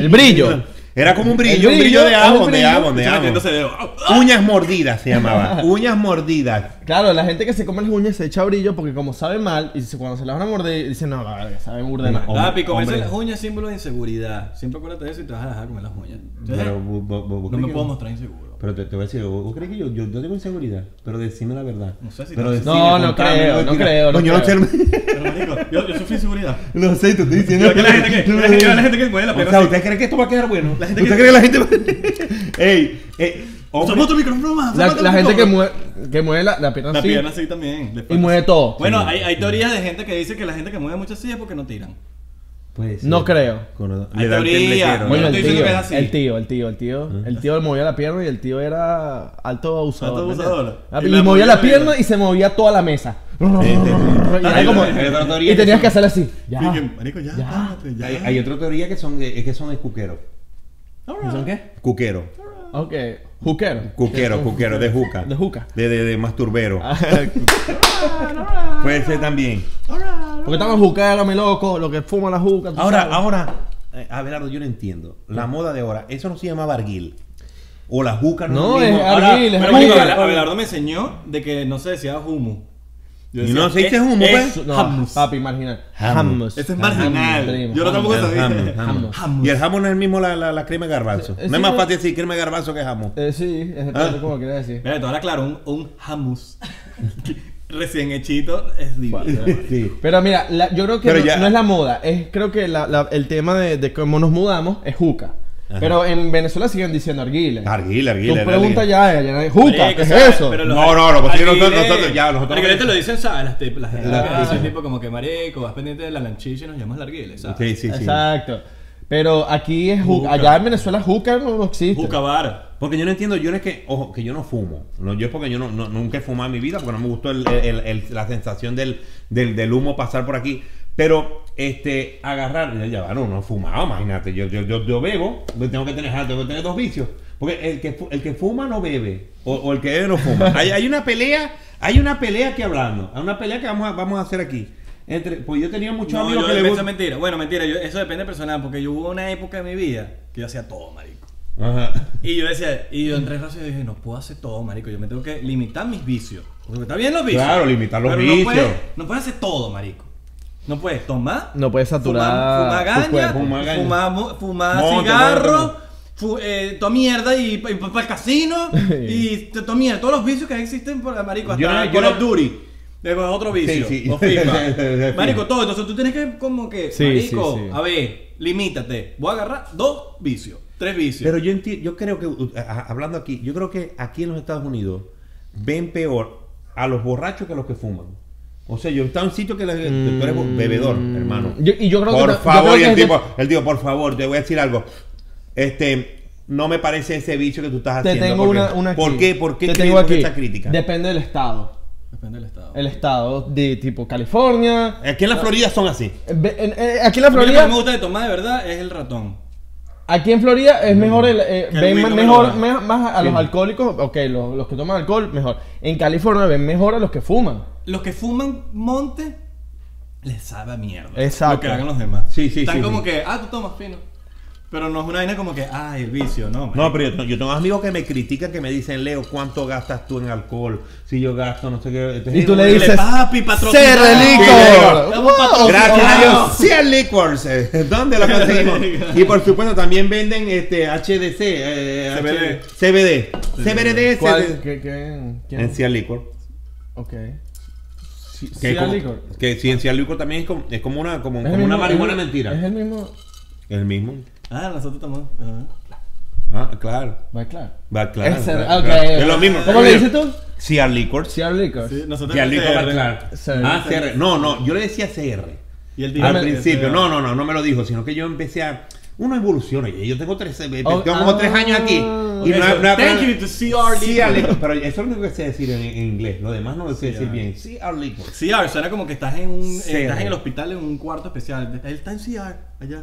El brillo.
Era como un
El
brillo, un
brillo,
brillo de
el
abon, de
brillo.
abon, de
Yo
abon.
metiéndose dedo. ¡Au!
Uñas mordidas se
*laughs*
llamaba. Uñas mordidas.
Claro, la gente que se come las uñas se echa brillo porque como sabe mal, y se- cuando se las van a morder, dicen, no, la verga, sabe burde mal.
Hombre,
Papi, comerse
hombre.
las uñas es símbolo de inseguridad. Siempre acuérdate de eso y te vas a dejar comer las uñas. Entonces,
Pero vos- vos- vos- vos
¿Eh? no
crees
me
que
puedo mostrar inseguro.
Pero te, te voy a decir, ¿vos vos crees que yo, yo, yo tengo inseguridad? Pero decime la verdad.
No sé si
Pero
te-
decime,
No, no creo, no
mentira.
creo, no
Coño, no
creo.
sé-
Pero marico, yo, yo sufrí inseguridad. *laughs*
No sé, te estoy diciendo.
Yo creo que la gente que- yo creo que la gente que mueve la
O
pierna
sea,
así.
¿usted cree que esto va a quedar bueno?
La gente
¿Usted
que-
cree que la gente va- *laughs* Ey, eh, hombre,
Somos otro micrófono más.
La,
somos
la
otro
gente que
micrófono.
mueve, que mueve la, la pierna
La
así
pierna sí también. le
y
falta-
mueve todo.
Bueno, hay, hay teorías de gente que dice que la gente que mueve mucho así es porque no tiran.
puede ser.
No creo.
Con-
Hay
Le da el
teoría.
temblequero.
Bueno,
Bueno,
no
el
estoy diciendo
tío,
que es así.
el tío, el tío, el tío, el tío le movía la pierna y el tío era alto abusador.
Alto
¿me
abusador.
entiendes? Ah,
Y
Y,
la
movía la
movía
pierna
bien.
y se movía toda la mesa. Y, era
Ah,
Hay
como-
otra- hay otra teoría
y
que
tenías
son-
que hacer así. Ya.
Y que, marico, ya,
Ya.
párate, ya.
Hay, eh, hay otra teoría que son, es que son es cuquero.
Alright.
¿Son qué?
Cuquero.
Ok. Juquero.
Cuquero, cuquero, de juca.
De juca. Ah,
De, de, de masturbero. *laughs* Puede ser también.
Porque estamos juqueros, mi loco, lo que fuma la juca. tú
Ahora,
sabes.
ahora, eh, Abelardo, yo no entiendo. La moda de ahora, eso no se llama barguil. O la juca
No,
es lo mismo.
es
Ahora,
barguil, es
pero
Pero
barguil.
yo-
que Abel- Abelardo me enseñó de que no se decía humo. Yo
Y no se dice humo,
eh,
pues.
eso-
No,
Hummus.
papi, marginal.
Hummus.
Hummus.
Este es marginal.
primo,
Yo no
hummus.
tampoco
El
sabía.
jamón, jamón.
Jamón.
Y el jamón es el mismo la, la, la crema de garbanzo.
Eh, eh,
no
sí,
es más
no-
fácil decir crema de garbanzo que jamón. *laughs*
Eh, sí, es
Ah.
como quería decir.
Espérate, ahora claro, un, un hummus *laughs* recién hechito es divino.
Sí.
Pero mira, la- yo creo que
Pero
no,
ya-
no es la moda, es creo que la- la- el tema de, de cómo nos mudamos es juca.
Ajá.
Pero en Venezuela siguen diciendo arguiles.
Arguila,
Tú
arguila.
pregunta
arguila.
ya, ya no hay- juca,
Marico,
¿qué es
¿sabes?
eso?
Pero los
No, no, no, porque
alquileres-
nosotros- nosotros ya, nosotros-
Pero que te lo dicen, ¿sabes? Las, tip- las,
Las
ah,
tipos.
tipo como que marico, vas pendiente de la lanchilla y nos llamas larguiles, ¿sabes?
Sí, sí, sí.
Exacto. Pero aquí es juca.
Juca.
Allá en Venezuela juca no existe.
Jucabar.
Porque yo no entiendo, yo no es que, ojo, que yo no fumo. No, yo es porque yo no, no- nunca he fumado en mi vida, porque no me gustó el- el- el- la sensación del, del, del humo pasar por aquí. Pero, este, agarrar, ya, ya va, no, no he fumado, imagínate. Yo, yo, yo, yo bebo, yo tengo que tener, ah, tengo que tener dos vicios. Porque el que, fu- el que fuma no bebe, o, o el que bebe no fuma. Hay, hay una pelea, hay una pelea aquí hablando, hay una pelea que vamos a, vamos a hacer aquí. Entre, pues yo tenía muchos
No,
amigos
yo
que le
eso es
gustan.
mentira. Bueno, mentira, yo- eso depende del personal, porque yo hubo una época en mi vida que yo hacía todo, marico.
Ajá.
Y yo decía, y yo entré en razón y dije, no puedo hacer todo, marico. Yo me tengo que limitar mis vicios. Porque está bien los vicios.
Claro, limitar los
pero
vicios.
No puedes, no puedes hacer todo, marico. No puedes tomar.
No puedes saturar
Fumar,
tu
fumar gaña.
cuerpo.
Fumar gaña.
Fumar, mo- fumar
Monte, monte,
cigarro.
monte.
fu- eh, toda mierda y, para el
*laughs*
casino. y t- toda mierda. Todos los vicios que existen por marico. Hasta
Yo no- yo
Call
no-
of Duty. Luego es otro vicio.
Sí, sí.
O FIFA.
*laughs* Sí.
marico, todo. Entonces tú tienes que como que,
Sí,
marico,
sí, sí.
a ver, limítate. Voy a agarrar dos vicios. Tres vicios.
Pero yo enti- yo creo que, uh, a- hablando aquí, yo creo que aquí en los Estados Unidos ven peor a los borrachos que a los que fuman. O sea, yo estaba en un sitio que la- tú eres bo- bebedor, hermano.
Mm. Yo- y yo creo que
por
ta- yo
favor,
creo que
y el
es de-
tipo, el tipo, por favor, te voy a decir algo. Este, no me parece ese vicio que tú estás
Te
haciendo.
tengo
porque-
una, una aquí.
¿Por qué? ¿Por qué
Te
cri-
tengo
por qué
aquí.
esta crítica?
Depende del estado.
Depende del estado.
El estado de tipo California.
Aquí en la Florida son así.
Ve- en- eh, aquí en la
A mí lo que
Florida.
me gusta de tomar de verdad es el ratón.
Aquí en Florida es mejor el, eh,
Que el
ven
weed
más-
no me
mejor,
lo da.
me- más a los alcohólicos, ok, los, los que toman alcohol, mejor. En California ven mejor a los que fuman.
Los que fuman monte les sabe a mierda.
Exacto.
Lo que hagan los demás.
Sí, sí,
Están
sí,
como
sí.
que, ah, tú tomas pino. Pero no es una vaina como que, ay, el vicio, no.
No,
marico.
pero yo, yo tengo amigos que me critican, que me dicen, Leo, ¿cuánto gastas tú en alcohol? Si yo gasto, no sé qué. este Entonces,
Y tú le
bueno,
Dile,
dices,
papi, patrocina.
"Ser
Sí,
relico".
le digo,
Wow.
Estamos patrocinados.
Gracias a
Wow.
Dios. 100 Liquors. eh, ¿Dónde la conseguimos?
*laughs*
Y por supuesto también venden este HDC. eh,
CBD.
CBD. CBD.
¿Cuál?
CBD.
¿Qué, qué, quién?
En Cial Liquor.
Ok. Sí,
Que,
Sea
como-
Liquor.
que sí, en Cial Liquor también es como, es como una, como,
Es
como
el
una
mismo-
marihuana
es el-
mentira.
Es el mismo.
El mismo.
Ah, nosotros tomamos. ajá.
Ah, claro.
Va, claro.
Va, claro.
Es el-
va,
ok,
claro.
ok.
Es lo mismo.
¿Cómo le dices tú?
Cial Liquor.
Sea Liquor.
Sí, nosotros
Cial Liquor, va,
CR.
claro.
CR.
Ah, CR. No, no, yo le decía CR.
Y el
Al principio, no, no, no, no me lo dijo, sino que yo empecé a. Uno evoluciona, yo tengo tres, eh,
Oh,
tengo como
ah.
tres años aquí. Y
Eso,
no, no-
thank
no-
you to CR
Sí,
Liquor.
Liquor, Pero eso es lo único que sé decir en, en inglés, lo demás no lo sé decir
ah.
bien. Sí, Liquor.
CR suena como que estás en un eh,
CR.
estás en el hospital en un cuarto especial. Él está en CR allá.
*laughs*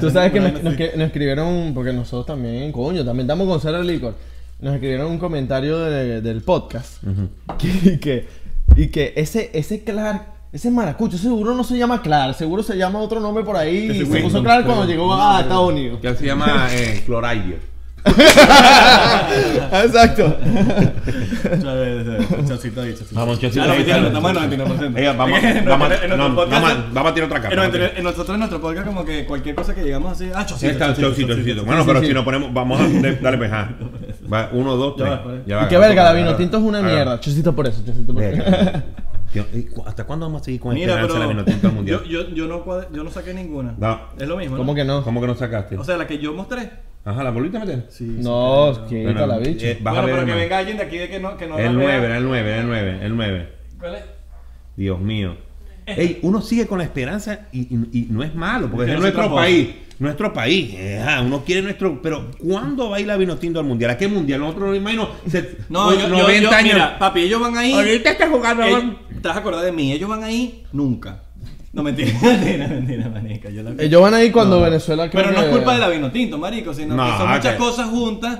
Tú sabes que
Una vaina
nos, nos
así.
que- nos escribieron, porque nosotros también, coño, también estamos con Sara Licor. Nos escribieron un comentario de- del podcast. que, y que, y que ese, ese Clark, ese maracucho, seguro no se llama Clark, seguro se llama otro nombre por ahí.
Ese
Y se
Winston,
puso Clark
pero-
cuando llegó a Estados Unidos.
Que se llama eh, Chloride.
*laughs*
*laughs*
Exacto.
Chocito ahí, chocito.
Vamos, chocito
Ya,
ahí,
99, Estamos
chocito.
en 99%.
Eh,
*laughs*
vamos-
En nuestro-
vamos-
en nuestro
no,
podcast-
vamos a- vamos a tirar otra capa.
En nuestro- en nosotros, en nuestro podcast, como que cualquier cosa que llegamos así. Ah, chocito.
Está el
chocito,
chocito,
chocito.
chocito. Bueno,
Sí,
pero
sí.
si nos ponemos, vamos a. de- Dale, pues, ajá. Va, uno, dos,
Ya
tres.
va, vale.
Ya va,
pues. y que
agarra,
verga, la
agarra.
vino tinto es una
Agarra.
mierda. Chocito por eso, chocito por eso.
*laughs* Verga. Tío, ¿y cu- ¿Hasta cuándo vamos a seguir con
Mira,
esperanza la vino tinto al
pero.
mundial?
Yo, yo, yo, no, cuad- yo no saqué ninguna.
No.
Es lo mismo.
¿Cómo que no?
¿Cómo que no sacaste?
O sea, la que yo mostré.
Ajá, ¿la volviste a meter?
Sí.
No, quita
Bueno,
la bicha.
eh, vas a
Bueno,
ver
pero que
más.
venga alguien de aquí de que no. Que no la
El
vea.
9, era el 9, era el 9, el 9.
¿Cuál es?
Dios mío. Ey, uno sigue con la esperanza y, y- y no es malo, porque
Que
es
no se
nuestro
trampó.
país. Nuestro país. eh, ah, uno quiere nuestro. Pero ¿cuándo va a ir la Vinotinto al mundial? ¿A qué mundial? Nosotros no imagino. se-
No,
o-
yo, yo, yo, mira, papi, ellos van ahí.
Ahorita está jugando.
Ell- ¿Te vas a acordar de mí? Ellos van ahí nunca. No, mentira, *laughs* mentira, mentira, manica. Yo la...
Ellos van ahí cuando Venezuela creo
Pero no
que-
es culpa de la vino tinto, marico, sino
No,
que son
ah,
muchas
que-
cosas juntas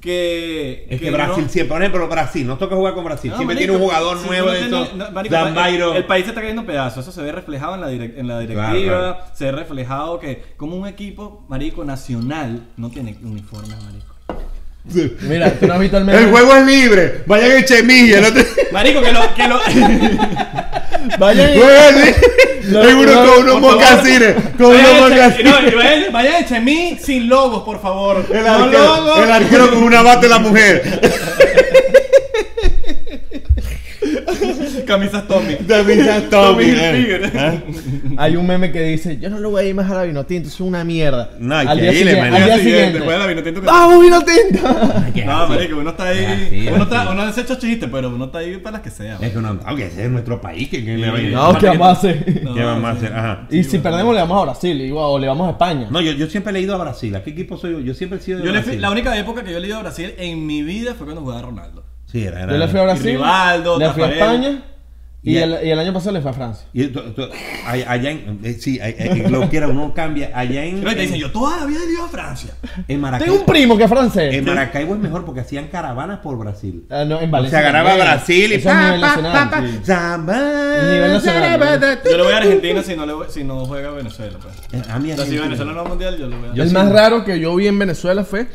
que.
Es que, Brasil
no-
siempre, por ejemplo, Brasil, nos toca jugar con Brasil.
No,
siempre
marico,
tiene un jugador
si
nuevo
tú
de
tienes-
estos.
no, marico,
Dambairo.
El, el país se está cayendo en pedazos. Eso se ve reflejado en la, direc- en la directiva.
Claro,
Se ve reflejado que, como un equipo, marico, nacional, no tiene uniforme, marico.
Mira, tú no has visto el meme.
*laughs* El juego es libre. Vayan en Chemilla. No te...
*laughs* Marico, que lo. Que lo...
Vayan y- No,
Hay uno
no,
con unos
por favor.
mocasines. Con unos
Vayan a Che-
mocasines.
no, y vayan- vayan a Chemí sin logos, por favor.
El
no
arquero,
logos.
el arquero con una bata de la
*laughs*
mujer.
*laughs* Camisas Tommy.
*laughs* También está Tommy,
Hilfiger.
eh. ¿Ah?
Hay un meme que dice, yo no lo voy a ir más a la Vinotinto, eso es una mierda.
No, hay
al
que
día
irle,
siguiente,
man.
al
Al
día
Siguiente,
siguiente.
pues,
¡Ah,
después de la vinotinto que-
*laughs* ¡Vamos, Vinotinto!
No, marico, uno está ahí.
Así es,
uno, está,
así es.
uno hace estos chistes, pero uno está ahí para las que sea.
Es que no, aunque ese es nuestro país. Que, que le va a ir.
No, ¿qué vamos a hacer?
No,
¿Qué vamos a
sí.
hacer? Ajá.
Y si perdemos le vamos a Brasil igual, o le vamos a España.
No, yo, yo siempre le he ido a Brasil. ¿A qué equipo soy yo? Yo siempre he sido de
Yo le fui-
Brasil.
la única época que yo le he ido a Brasil en mi vida fue cuando jugaba Ronaldo.
Sí, era, era-
Yo le fui a Brasil,
Y Rivaldo,
le fui a
Tafarel.
España y,
Y-
el, y el año pasado le fue a Francia.
Y tú- tú- ay- allá en, eh, sí, ay- ay- lo que era, uno cambia. Allá en,
Pero te dicen,
en-
yo toda la vida he ido
*laughs*
a Francia.
en
Tengo un
Maracaibo.
primo que es francés.
En Maracaibo es mejor porque hacían caravanas por Brasil.
Ah, no, en
Se
Valencia.
agarraba
también.
Brasil y
Eso es
pa,
nivel
pa,
nacional.
pa, pa,
sí.
zamba,
Nivel nacional,
zarabada,
¿no?
tu,
Yo le voy a
tu,
Argentina si no, le voy- si no juega Venezuela. Pues.
tu. Eh, A mí
Entonces, si
Argentina.
Venezuela no va al mundial, yo le voy a.
El más raro que yo vi en Venezuela fue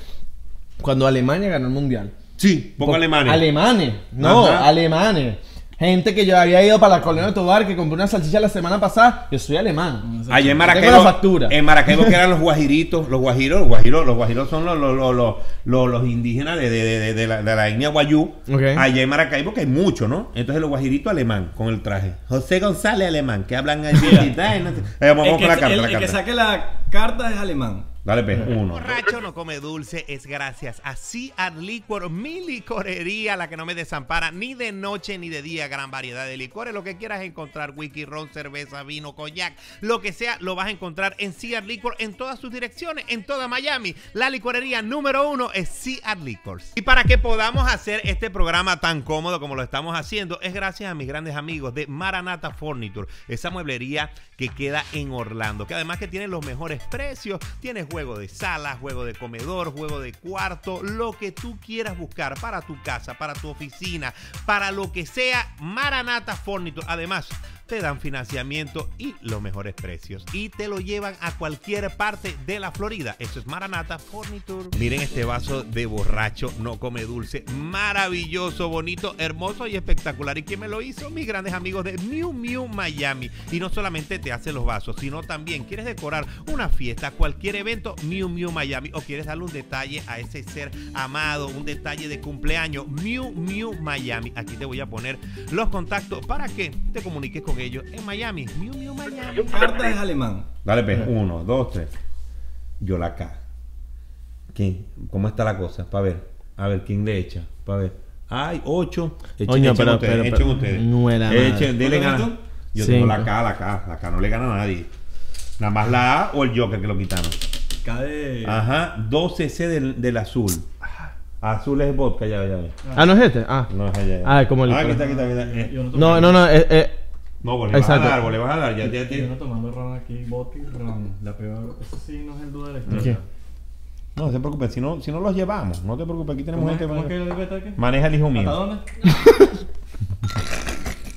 cuando Alemania ganó el mundial.
Sí, poco alemanes.
Alemanes, no,
Ajá.
alemanes. Gente que yo había ido para la colonia de Tobar, que compré una salchicha la semana pasada. Yo soy alemán.
Allá en
Tengo
Maracaibo,
la factura.
en Maracaibo que eran los guajiritos, los guajiros, los guajiros, los guajiros son los, los, los, los, los- los indígenas de, de, de- de- de la, de la etnia guayú.
Ok.
Allá en Maracaibo que hay mucho, ¿no? Entonces los guajiritos alemán con el traje. José González alemán, que hablan allí.
*laughs*
y tal, no sé. Eh, Vamos,
El
vamos
que,
con la carta,
el-
la
el que
carta.
saque la carta es alemán.
Dale, pues, uno.
borracho no come dulce es gracias a Sea and Liquor, mi licorería, la que no me desampara ni de noche ni de día. Gran variedad de licores, lo que quieras encontrar, whisky, ron, cerveza, vino, coñac, lo que sea, lo vas a encontrar en Sea and Liquor en todas sus direcciones, en toda Miami. La licorería número uno es Sea and Liquors. Y para que podamos hacer este programa tan cómodo como lo estamos haciendo, es gracias a mis grandes amigos de Maranata Furniture, esa mueblería que queda en Orlando, que además que tiene los mejores precios, tiene juego de sala, juego de comedor, juego de cuarto, lo que tú quieras buscar para tu casa, para tu oficina, para lo que sea, Maranata Furniture. Además, te dan financiamiento y los mejores precios y te lo llevan a cualquier parte de la Florida. Eso es Maranata Furniture. Miren este vaso de borracho, no come dulce, maravilloso, bonito, hermoso y espectacular. ¿Y quién me lo hizo? Mis grandes amigos de Miu Miu Miami. Y no solamente te hace los vasos, sino también quieres decorar una fiesta, cualquier evento, Miu Miu Miami. O quieres darle un detalle a ese ser amado, un detalle de cumpleaños, Miu Miu Miami. Aquí te voy a poner los contactos para que te comuniques con ellos en Miami. Miu Miu Miami.
Carta es alemán.
Dale, pues, uno, dos, tres. Yo la K. ¿Quién? ¿Cómo está la cosa? Para ver. A ver, ¿quién le echa? Para ver. Ay, ocho. Echen,
Coño,
echen
pero-
ustedes,
pero-
echen
pero-
ustedes.
no era nada.
Echen, denle
¿Cuánto
gana.
ganas tú?
Yo tengo la
Cinco.
K, la K. La K no le gana a nadie. Nada más la A o el Joker que lo quitamos.
Cae.
Ajá, 12C del, del azul. Azul es vodka, ya, ya, ya.
Ah, ¿no es este? Ah.
No, es allá.
Ah, es como el-
Ah, aquí está, aquí está, aquí está. Eh,
Yo no tomo,
No, no, no. eh, eh,
No, vos le vas a
Exacto.
dar, vos le vas a dar. Ya, ya,
yo
ya.
no tomando ron aquí, vodka y ron. La peor. Eso sí no es el duda de la
¿Qué?
historia.
No, no se preocupen, si no, si no los llevamos, no te preocupes, aquí tenemos
¿Cómo es-
gente.
cómo es
para-
que lo digo aquí?
Maneja el hijo
¿Hasta
mío.
dónde?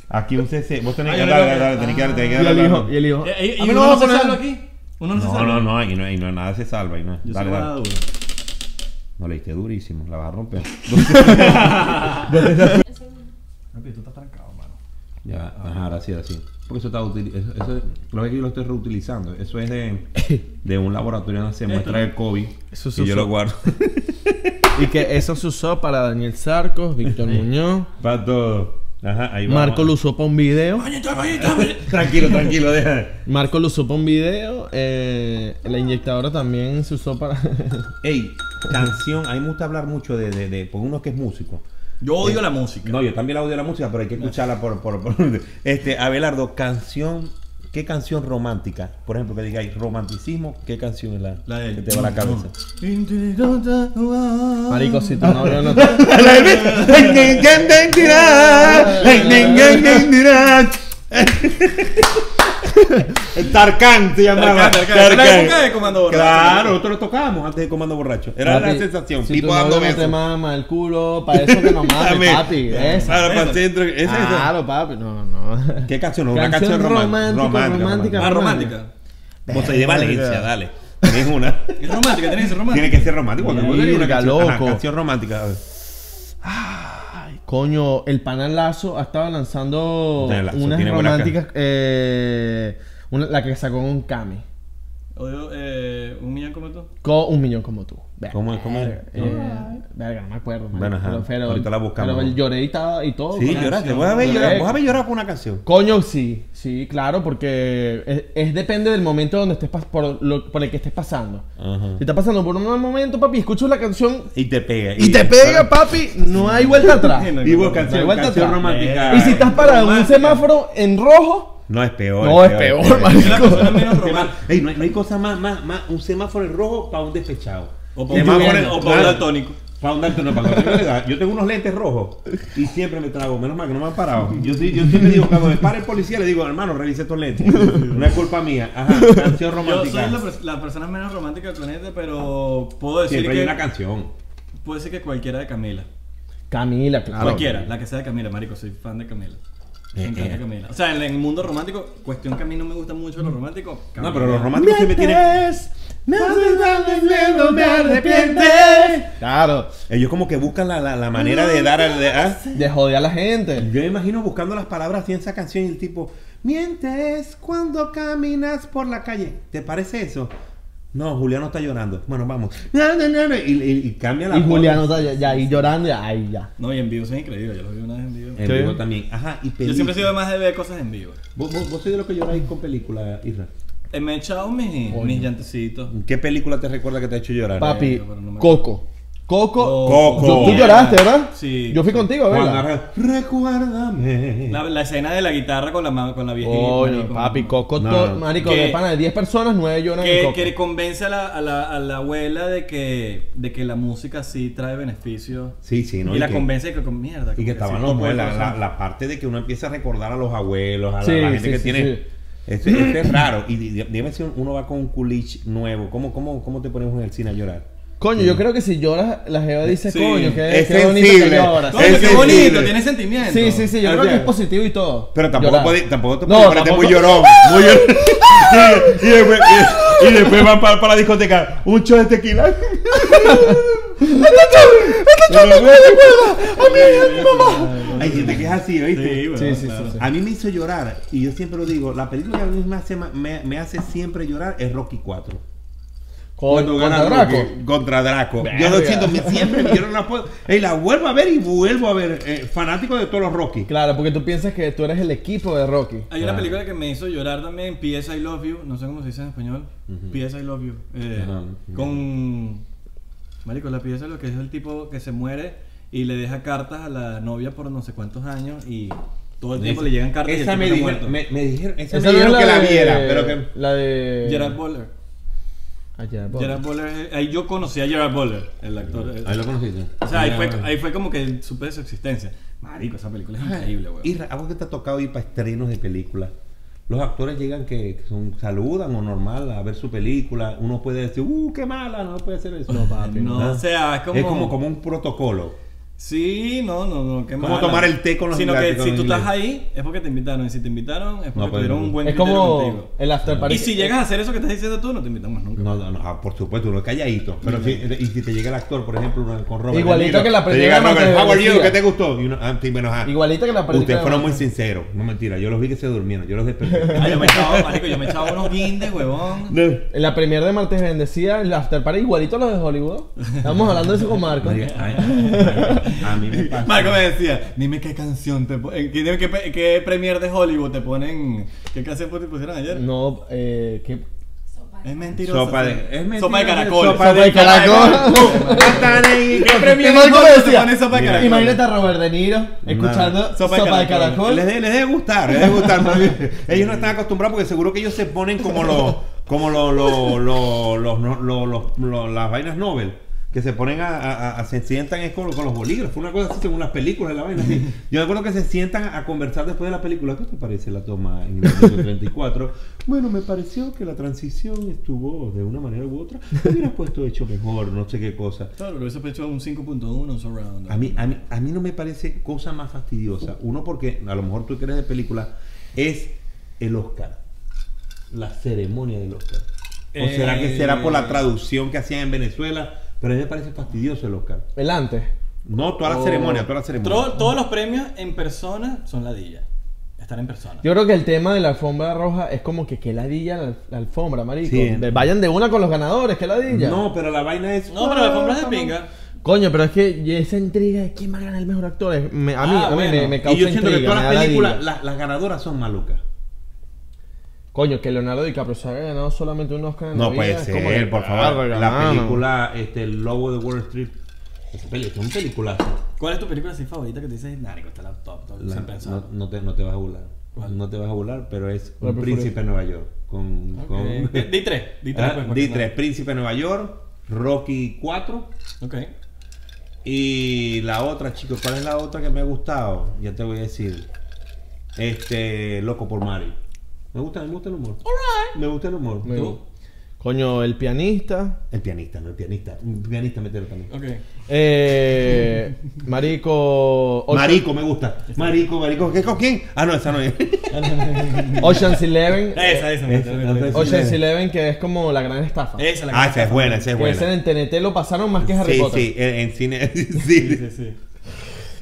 Aquí un CC. Vos tenés
Ah,
que
yo
darle,
le
dale,
doy.
dale, tenés que darle, tenés
Y
que darle.
el hijo,
dale.
y el hijo.
Eh, eh,
A
¿Y
mí
uno
me
no
vas a
se
poner-
salva aquí? ¿Uno no se
No,
salva?
no, no, ahí no, ahí no, nada se salva. Ahí no.
Yo
Dale,
soy nada
dale.
duro.
No le diste durísimo, la vas a *laughs* romper.
Papi, tú estás trancado, mano.
ya, ajá, ahora sí, ahora sí. Porque eso está util- eso, eso, lo que yo lo estoy reutilizando. Eso es de, *coughs* de un laboratorio donde se muestra el COVID.
Eso se
y yo
usó.
lo guardo.
Y que eso se usó para Daniel Sarcos, Víctor Muñoz.
*laughs* Para todo. Ajá, ahí vamos.
Marco lo usó para un video.
Tranquilo, tranquilo, deja.
Marco lo usó para un video. eh, la inyectadora también se usó para. *laughs*
Ey, canción, a mí me gusta hablar mucho de, de, de por uno que es músico.
Yo odio la música.
Eh, No, yo también la odio la música, pero hay que escucharla por, por, *laughs* por- Este, Abelardo, canción, ¿qué canción romántica? Por ejemplo, que digáis romanticismo, ¿qué canción es la,
La de-
que te va a la cabeza?
Marico, si tú no hablas, no
La de- El Tarkan se llamaba.
Tarkan, Tarkan. Era la época de Comando Borracho.
Claro, nosotros lo tocábamos antes de Comando Borracho. Era la
Papi,
sensación.
si
Tipo
tu
dando
novio no te
besos.
mama el culo, para eso que nos mame,
Dame. Eh,
papi. Esa.
Para, para el centro. Esa, Ah, esa.
Claro, papi. No, no.
¿Qué canción? Una canción romántica. Romántica. romántica.
Ah, romántica.
José de Valencia, dale. Tenés una.
Es romántica, tiene que ser romántica.
Tiene que ser romántica. Cuando vos tenés una
Verga,
canción, ajá,
loco.
canción romántica. a ver.
Ay, coño, el pana Lazo ha estado lanzando
Tiene Lazo,
unas
tiene buena
románticas. Eh, una- la que sacó con Kami.
Odio, eh, un millón como tú.
Con un millón como tú. Verga,
¿Cómo es? ¿Cómo es?
eh, verga, no me acuerdo. man.
Bueno, ajá.
Pero- pero-
Ahorita la buscamos.
Pero lloré y, todo- y todo.
Sí,
con-
lloraste. Vos habéis
Lloré.
llorado, vos habéis llorado por una canción.
Coño, sí, sí, claro, porque es, es depende del momento donde estés pas- por, lo- por el que estés pasando.
Ajá.
Si estás pasando por un mal momento, papi, escuchas la canción
Y te pega.
y te pega, papi, no hay vuelta atrás.
Sí, no hay
Y vos,
vuelta
canción,
atrás. Vuelta
canción
atrás.
romántica.
Y si estás parado en un
Romántica.
semáforo en rojo,
No es peor.
No, es peor, marico.
Es la persona menos romántica.
Ey, no, hay, no hay cosa más, más, más. Un semáforo en rojo para un despechado.
O para un
Semáforo
joven,
en-
o para un daltónico.
Para un daltónico, para cualquier edad. Yo tengo unos lentes rojos y siempre me trago. Menos mal que no me han parado. Yo, sí- yo siempre digo, cuando me para el policía, le digo, hermano, revise estos lentes. No es culpa mía. Ajá, canción
Yo soy
romántica.
la, pers- la persona menos romántica del planeta, pero puedo decir
Siempre hay una
que.
canción.
Puedo decir que cualquiera de Camila.
Camila, claro.
Cualquiera, la que sea de Camila, marico, soy fan de Camila. Me
Eh,
encanta
eh.
Camila. O sea, en el mundo romántico, cuestión que a mí no me gusta mucho lo romántico.
No,
Camila.
pero los románticos siempre tienen.
me haces darme miedo, me arrepientes. Claro,
Ellos como que buscan la, la, la manera de dar al. de- ah.
de joder a la gente.
Yo me imagino buscando las palabras así en esa canción y el tipo, mientes cuando caminas por la calle. ¿Te parece eso? No, Juliano está llorando. Bueno, vamos. No, no, no, no. Y, y- y cambia la
Y
voz.
Juliano está ya, ya ahí llorando, ya, ahí ya.
No, y en vivo son increíbles, yo los vi una vez en vivo.
En vivo también. Ajá, y
Yo
película.
siempre he sido más de ver cosas en vivo.
¿Vos, vos, vos sois de los que lloráis con película, Isra?
Eh, Me he echado mis, mis llantecitos.
¿Qué película te recuerda que te ha hecho llorar?
Papi,
pero no me-
Coco. Coco.
Coco.
Yo- tú
Mierda.
lloraste, ¿verdad?
Sí.
Yo fui contigo,
Cuando
¿verdad?
arran- Recuérdame.
La, la escena de la guitarra con la, ma- con la viejita.
Coño,
marico.
papi, Coco,
No,
todo-
no.
marico,
Que-
de pana de 10 personas, 9 lloran en
Que,
Coco.
que le convence a la, a la- a la abuela de que, de que la música sí trae beneficios.
Sí, sí, ¿no?
y, la
que-
convence de que con mierda.
Y
como
que
sí,
estaban los
toco de
abuelos, la,
corazón.
la parte de que uno empieza a recordar a los abuelos, a la,
Sí,
la gente
sí,
que
sí,
tiene.
sí.
Este, este es raro. Y di- dime si uno va con un culich nuevo. ¿Cómo, cómo, ¿Cómo te ponemos en el cine a llorar?
Coño,
Mm.
yo creo que si lloras, la jeva dice,
Sí.
coño, qué,
Es
qué bonito que
sensible.
lloras.
Es
Coño, qué
sensible.
bonito, tiene sentimiento.
Sí, sí, sí, yo
Ah,
creo que
ya.
es positivo y todo.
Pero tampoco,
Llorar.
puede, tampoco te
No,
puedes ponerte muy llorón. Muy llorón. y, después, y, y después van para, para la discoteca. Un show de tequila. Ay, si te quedas así, ¿oíste?
Sí, bueno,
Sí, sí,
claro.
sí, sí.
A mí me hizo llorar, y yo siempre lo digo, la película que a mí me hace, ma- me, me hace siempre llorar es Rocky 4.
Con,
Cuando
con
gana
Draco.
Rocky Contra Draco. Yo lo
Verga.
siento, me- siempre me lloro en la puedo. Y la vuelvo a ver y vuelvo a ver. eh, fanático de todos los Rocky.
Claro, porque tú piensas que tú eres el equipo de Rocky.
Hay una película que me hizo llorar también, P.S. I Love You, no sé cómo se dice en español, P.S. I Love You, eh,
Ajá.
con... Marico, la pieza lo que es el tipo que se muere y le deja cartas a la novia por no sé cuántos años y todo el tiempo le llegan cartas y el
Esa
tipo
me
está
dijeron,
muerto.
me, me dijeron, esa
Esa
me
no es
dijeron que la
de-
viera, pero que...
La de...
Gerard Butler.
Ah, Gerard Butler.
Gerard Butler, eh, ahí yo conocí a Gerard Butler, el actor. eh.
Ahí lo conociste.
O sea, ahí fue, ahí fue como que supe de su existencia. Marico, esa película es increíble, weón.
Y algo que te ha tocado ir para estrenos de películas. Los actores llegan que son, saludan o normal a ver su película. Uno puede decir, uh, qué mala, no puede hacer eso. No,
papi,
no, o sea, es como-
como, como un protocolo.
Sí, no, no, no, qué
Como
mala.
tomar el té con los
Sino que
ingleses,
si
con
tú
los
estás ahí, es porque te invitaron. Y si te invitaron, es porque
No, pues,
tuvieron
no.
un buen
Es
criterio
como
contigo.
el after party.
Y si llegas a hacer eso que estás diciendo tú, no te invitamos nunca.
No, no, no, ah, por supuesto, uno es calladito. Pero si, y si te llega el actor, por ejemplo, una- con Robert. De
Igualito
Niro,
que la
Te llega
primera
Robert,
Mateo
how are you?
García.
¿Qué te gustó? Y uno, ah, sí, menos, ah.
Igualito que la película
Ustedes
de
fueron muy
Mateo.
sinceros. No mentira, yo los vi que se durmieron, yo los
*laughs*
desperté.
Ah, yo me echaba, marico, yo me echaba unos guindes, *laughs* huevón.
No.
En la premier de Martes Bendecida, el after party igualito a los de Hollywood. Estamos hablando de eso con Marco.
Ay, ay, ay, A mí me pasa.
Marco me decía, dime qué canción te ponen. Dime qué, pe- qué premier de Hollywood te ponen. ¿Qué canción te pusieron ayer?
No, eh, que...
Es mentiroso.
Sopa de, es mentira,
sopa de caracol.
Sopa de
*laughs*
caracol.
*laughs* ¿Qué
Y
premio de
Marco
Hollywood
me
te
decía,
ponen sopa de
Mira.
caracol?
Imagínate a Robert De Niro escuchando
Sopa
Sopa,
de Caracol.
de Caracol.
Les, de- les debe gustar, les debe gustar. más bien. ellos no están acostumbrados porque seguro que ellos se ponen como los como los los los los- los- los- los- los- las vainas Nobel. que se ponen a, a- a- a- se sientan es con, con los bolígrafos, una cosa así, según las películas, la vaina así. Yo me acuerdo que se sientan a conversar después de la película. ¿Qué te parece la toma en el minuto 34? Bueno, me pareció que la transición estuvo de una manera u otra. Lo hubieras puesto hecho mejor, no sé qué cosa.
Claro, lo hubiese hecho un 5.1, un surround.
A mí, a, mí, a mí no me parece cosa más fastidiosa. Uno, porque a lo mejor tú crees de película, es el Oscar. La ceremonia del Oscar. ¿O
Eh,
será que será por la traducción que hacían en Venezuela? Pero a mí me parece fastidioso el Oscar.
El antes.
No, toda la
Oh.
ceremonia, toda la ceremonia.
Tro- todos los premios en persona son ladilla. Estar en persona.
Yo creo que el tema de la alfombra roja es como que que ladilla la, la alfombra, marico.
Sí.
Ve- Vayan de una con los ganadores, que ladilla.
No, pero la vaina es. Ah,
No, pero la alfombra es de pinga.
Coño, pero es que y esa intriga de quién va a ganar el mejor actor, es- me- a mí,
Ah,
a mí
bueno.
me, me
Y
causa
Y yo siento que
intriga,
todas
me
las
da ladilla.
películas, las, las ganadoras son malucas.
Coño, que Leonardo DiCaprio se haya ganado solamente un Oscar en la
No
vida,
puede
es como que, ah,
ser, por favor.
verga,
La
mano.
película, este, El Lobo de Wall Street. Esa peli es un peliculazo.
¿Cuál es tu película así favorita que te dices, Narico, está la top, top,
La-
sin pensar?
no, no te, no te vas a burlar.
¿Cuál?
No te vas a burlar, pero es
La
un
preferida.
príncipe en Nueva York. Con, con-
Ok. *laughs* Eh, Di- Di tres, di tres.
Ah,
pues, porque
di tres, príncipe en Nueva York, Rocky 4
no- Ok.
y la otra, chicos, ¿cuál es la otra que me ha gustado? Ya te voy a decir. Este, Loco por Mari. Me gusta, me gusta el humor. Me gusta el humor.
Me-
¿Tú?
Coño, el pianista.
El pianista, no el pianista. Un pianista meterlo también.
Ok.
Eh, marico. Ocean-
Marico, me gusta.
Este.
Marico, marico. ¿Qué con quién? Ah, no, esa
*laughs*
no es.
Ocean's Eleven. eh,
Esa, esa. me-
Esa, esa, esa.
Ocean's Eleven, que es como la gran estafa.
Esa la
ah, esa es buena, esa es
Que
buena.
ese en TNT lo pasaron más que Harry
sí,
Potter.
sí, en, en cine. *laughs* sí,
Sí, sí, sí.